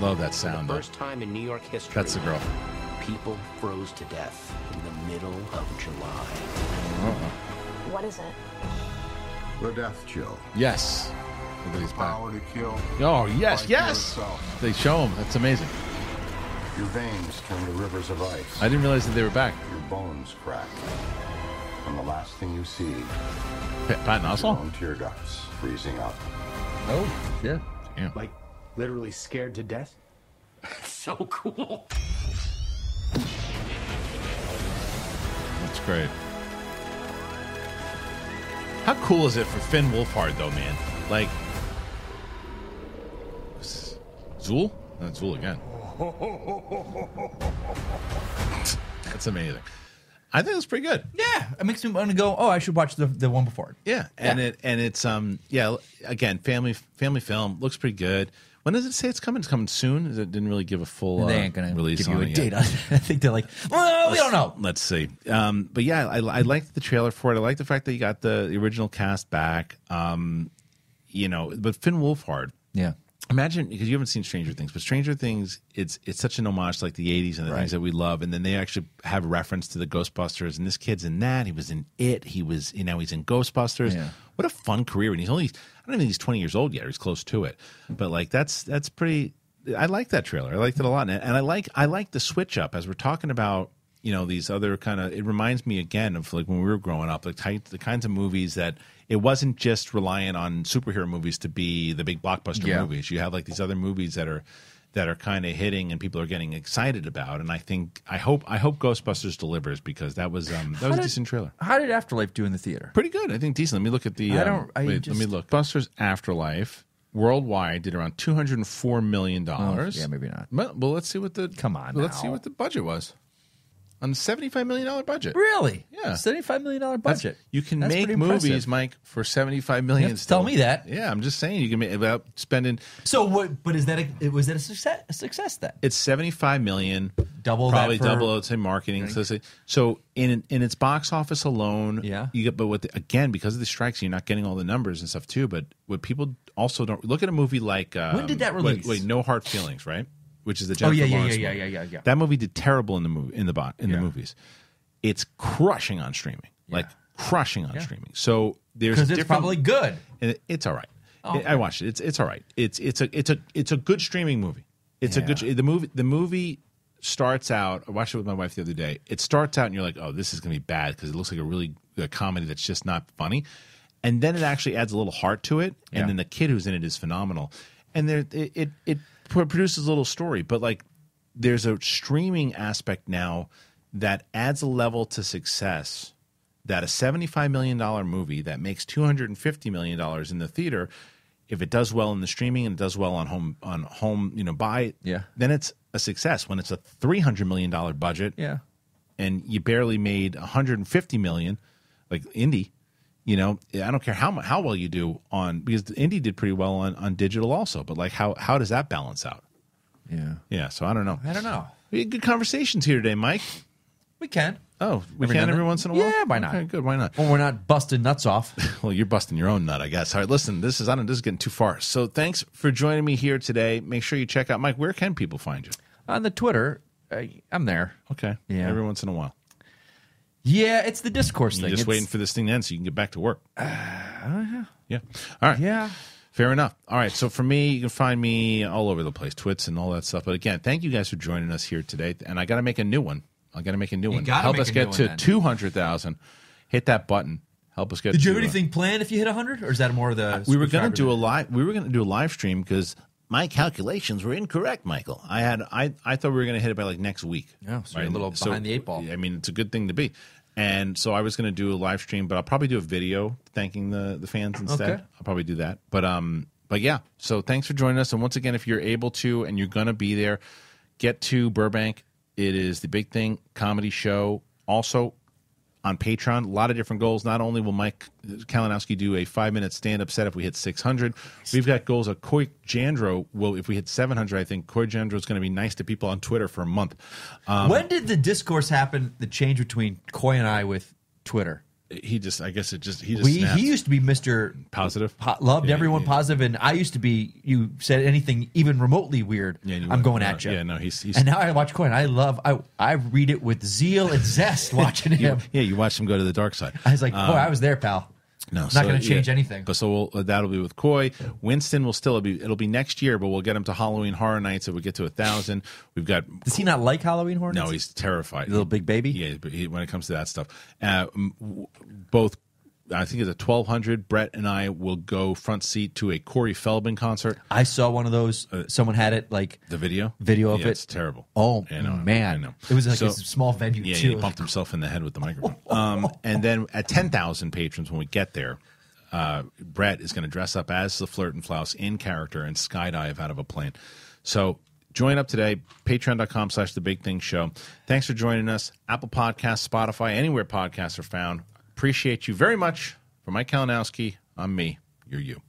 Speaker 1: Love that sound, though.
Speaker 7: First time in New York history.
Speaker 1: That's the girl.
Speaker 7: People froze to death in the middle of July.
Speaker 6: What is it?
Speaker 8: The death chill.
Speaker 1: Yes. Look at these back.
Speaker 8: Power to kill.
Speaker 1: Oh, yes,
Speaker 8: Life
Speaker 1: yes!
Speaker 8: itself.
Speaker 1: They show him. That's amazing.
Speaker 8: Your veins turn to rivers of ice.
Speaker 1: I didn't realize that they were back.
Speaker 8: Your bones crack. And the last thing you see,
Speaker 1: Pat Patton
Speaker 8: your
Speaker 1: Oswalt?
Speaker 8: own tear ducts freezing up.
Speaker 2: Oh, yeah.
Speaker 1: Yeah.
Speaker 7: Like, literally scared to death? so cool.
Speaker 1: That's great. How cool is it for Finn Wolfhard though, man? Like s- Zool? Not Zool again. That's amazing. I think it's pretty good.
Speaker 2: Yeah, it makes me want to go. Oh, I should watch the the one before it.
Speaker 1: Yeah, and it and it's um yeah again family family film looks pretty good. When does it say it's coming? It's coming soon. It didn't really give a full
Speaker 2: they
Speaker 1: uh,
Speaker 2: ain't gonna
Speaker 1: release
Speaker 2: give you
Speaker 1: on
Speaker 2: a
Speaker 1: it yet.
Speaker 2: date. On it. I think they're like, well, we don't know.
Speaker 1: Let's see. Um, but yeah, I, I liked the trailer for it. I like the fact that you got the, the original cast back. Um, you know, but Finn Wolfhard.
Speaker 2: Yeah,
Speaker 1: Imagine because you haven't seen Stranger Things, but Stranger Things it's it's such an homage to like the '80s and the
Speaker 2: Right.
Speaker 1: things that we love, and then they actually have reference to the Ghostbusters. And this kid's in that. He was in it. He was you know he's in Ghostbusters.
Speaker 2: Yeah.
Speaker 1: What a fun career! And he's only I don't even think he's 20 years old yet. Or he's close to it, but like that's that's pretty. I like that trailer. I liked it a lot, and and I like I like the switch up as we're talking about you know these other kind of. It reminds me again of like when we were growing up, the type, the kinds of movies that it wasn't just reliant on superhero movies to be the big blockbuster
Speaker 2: Yeah.
Speaker 1: movies. You have like these other movies that are that are kind of hitting and people are getting excited about. And I think I hope I hope Ghostbusters delivers because that was um that was a
Speaker 2: did-
Speaker 1: decent trailer.
Speaker 2: how did Afterlife do in the theater?
Speaker 1: Pretty good. I think decent. Let me look at the.
Speaker 2: I
Speaker 1: um,
Speaker 2: don't- I
Speaker 1: wait,
Speaker 2: just-
Speaker 1: let me look. Busters Afterlife worldwide did around two hundred and four million dollars.
Speaker 2: Oh, yeah, maybe not.
Speaker 1: Well, well, let's see what the
Speaker 2: Come on
Speaker 1: Let's
Speaker 2: now.
Speaker 1: see what the budget was on seventy five million dollar budget.
Speaker 2: Really?
Speaker 1: Yeah.
Speaker 2: seventy-five million dollar
Speaker 1: That's-
Speaker 2: budget.
Speaker 1: You can
Speaker 2: That's
Speaker 1: make
Speaker 2: pretty
Speaker 1: movies,
Speaker 2: impressive.
Speaker 1: Mike, for seventy five million.
Speaker 2: You have to tell
Speaker 1: still.
Speaker 2: me that.
Speaker 1: Yeah, I'm just saying you can make about spending.
Speaker 2: So what? But is that a, it- was that a success? A success then?
Speaker 1: It's seventy five million.
Speaker 2: Double that
Speaker 1: probably
Speaker 2: for-
Speaker 1: double it's in marketing. So, say- so in in its box office alone,
Speaker 2: Yeah.
Speaker 1: you get. But what the, again because of the strikes, you're not getting all the numbers and stuff too. But what people also don't look at a movie like um,
Speaker 2: When did that
Speaker 1: wait-
Speaker 2: release?
Speaker 1: Wait, No Hard Feelings, right? Which is the
Speaker 2: Oh
Speaker 1: Jennifer
Speaker 2: yeah, yeah, yeah,
Speaker 1: Lawrence
Speaker 2: yeah,
Speaker 1: movie.
Speaker 2: yeah, yeah, yeah.
Speaker 1: That movie did terrible in the movie in the bo- in
Speaker 2: Yeah.
Speaker 1: the movies. It's crushing on streaming, like crushing on streaming. So there's
Speaker 2: Because it's
Speaker 1: different-
Speaker 2: probably good.
Speaker 1: and it- it's all right.
Speaker 2: Oh, okay.
Speaker 1: I watched it. It's it's all right. It's it's a it's a it's a good streaming movie. It's a good the movie the movie starts out. I watched it with my wife the other day. It starts out and you're like, oh, this is gonna be bad because it looks like a really a comedy that's just not funny, and then it actually adds a little heart to it, and
Speaker 2: Yeah.
Speaker 1: then the kid who's in it is phenomenal, and there it it, it pro- produces a little story, but like there's a streaming aspect now that adds a level to success that a $75 million movie that makes $250 million in the theater if it does well in the streaming and it does well on home on home you know buy
Speaker 2: Yeah.
Speaker 1: then it's a success when it's a $300 million budget
Speaker 2: Yeah.
Speaker 1: and you barely made 150 million like indie you know i don't care how mu- how well you do on because indie did pretty well on on digital also but like how how does that balance out
Speaker 2: Yeah.
Speaker 1: yeah so i don't know
Speaker 2: I don't know.
Speaker 1: we had good conversations here today mike
Speaker 2: We can.
Speaker 1: oh we
Speaker 2: Every now
Speaker 1: can
Speaker 2: and
Speaker 1: every
Speaker 2: then?
Speaker 1: once in a while
Speaker 2: Yeah, why not?
Speaker 1: okay, good why not
Speaker 2: When we're not busting nuts off.
Speaker 1: well, you're busting your own nut, I guess. All right, listen, this is I don't this is getting too far. So thanks for joining me here today. Make sure you check out Mike. Where can people find you?
Speaker 2: On the Twitter,
Speaker 1: uh,
Speaker 2: I, I'm there.
Speaker 1: Okay,
Speaker 2: Yeah.
Speaker 1: every once in a while.
Speaker 2: Yeah, it's the discourse
Speaker 1: You're
Speaker 2: thing.
Speaker 1: just
Speaker 2: It's-
Speaker 1: waiting for this thing to end so you can get back to work. yeah. All right.
Speaker 2: Uh, Yeah.
Speaker 1: Fair enough. All right. So for me, you can find me all over the place, twits and all that stuff. But again, thank you guys for joining us here today. And I got to make a new one. I got to make a new one.
Speaker 2: gotta
Speaker 1: Help
Speaker 2: make
Speaker 1: us
Speaker 2: a new
Speaker 1: get
Speaker 2: one,
Speaker 1: to
Speaker 2: then.
Speaker 1: two hundred thousand. Hit that button. Help us get.
Speaker 2: Did you
Speaker 1: to,
Speaker 2: have
Speaker 1: uh,
Speaker 2: anything planned if you hit 100? Or is that more of the.
Speaker 1: we were going
Speaker 2: subscriber
Speaker 1: to do a
Speaker 2: thing?
Speaker 1: live we were going to do a live stream because my calculations were incorrect michael i had i, I thought we were going to hit it by like next week
Speaker 2: Yeah, so you're a little behind the eight ball.
Speaker 1: i mean it's a good thing to be and so i was going to do a live stream but i'll probably do a video thanking the the fans instead
Speaker 2: Okay.
Speaker 1: i'll probably do that but um but yeah so thanks for joining us and once again if you're able to and you're going to be there get to burbank it is the big thing comedy show also on Patreon. A lot of different goals. Not only will Mike Kalinowski do a five minute stand up set if we hit 600, we've got goals of Koi Jandro. Well, if we hit 700, I think Koi Jandro is going to be nice to people on Twitter for a month. Um,
Speaker 2: when did the discourse happen, the change between Coy and I with Twitter?
Speaker 1: he just, I guess it just, he just,
Speaker 2: We,
Speaker 1: snapped.
Speaker 2: he used to be Mr.
Speaker 1: positive.
Speaker 2: po- loved
Speaker 1: Yeah,
Speaker 2: everyone
Speaker 1: yeah.
Speaker 2: positive, and I used to be. You said anything even remotely weird,
Speaker 1: Yeah, and you
Speaker 2: I'm
Speaker 1: went,
Speaker 2: going
Speaker 1: no,
Speaker 2: at you.
Speaker 1: yeah, no, he's- he's-
Speaker 2: and now I watch Coin. I love. I I read it with zeal and zest. Watching
Speaker 1: You-
Speaker 2: him,
Speaker 1: yeah, you watched him go to the dark side.
Speaker 2: I was like,
Speaker 1: Um,
Speaker 2: "Boy, I was there, pal."
Speaker 1: No,
Speaker 2: not going to change anything.
Speaker 1: But so we'll, uh, that'll be with Coy. Winston will still be. It'll be next year, but we'll get him to Halloween Horror Nights. If we get to a thousand, we've got.
Speaker 2: Does he not like Halloween horror?
Speaker 1: No, he's terrified.
Speaker 2: little big baby.
Speaker 1: Yeah, but he, when it comes to that stuff, uh, m- w- both I think it's a twelve hundred. Brett and I will go front seat to a Corey Feldman concert.
Speaker 2: I saw one of those. uh, someone had it like
Speaker 1: The video,
Speaker 2: video of
Speaker 1: Yeah,
Speaker 2: it.
Speaker 1: It's terrible.
Speaker 2: Oh
Speaker 1: I know,
Speaker 2: man,
Speaker 1: I know.
Speaker 2: it was like
Speaker 1: So-
Speaker 2: a small venue
Speaker 1: Yeah,
Speaker 2: too.
Speaker 1: he bumped himself in the head with the microphone. Um, and then at 10,000 patrons, when we get there, uh, Brett is going to dress up as the Flirt and Flouse in character and skydive out of a plane. So join up today, patreon.com slash the big thing show. Thanks for joining us. Apple Podcasts, Spotify, anywhere podcasts are found. Appreciate you very much. For Mike Kalinowski, I'm me. You're you.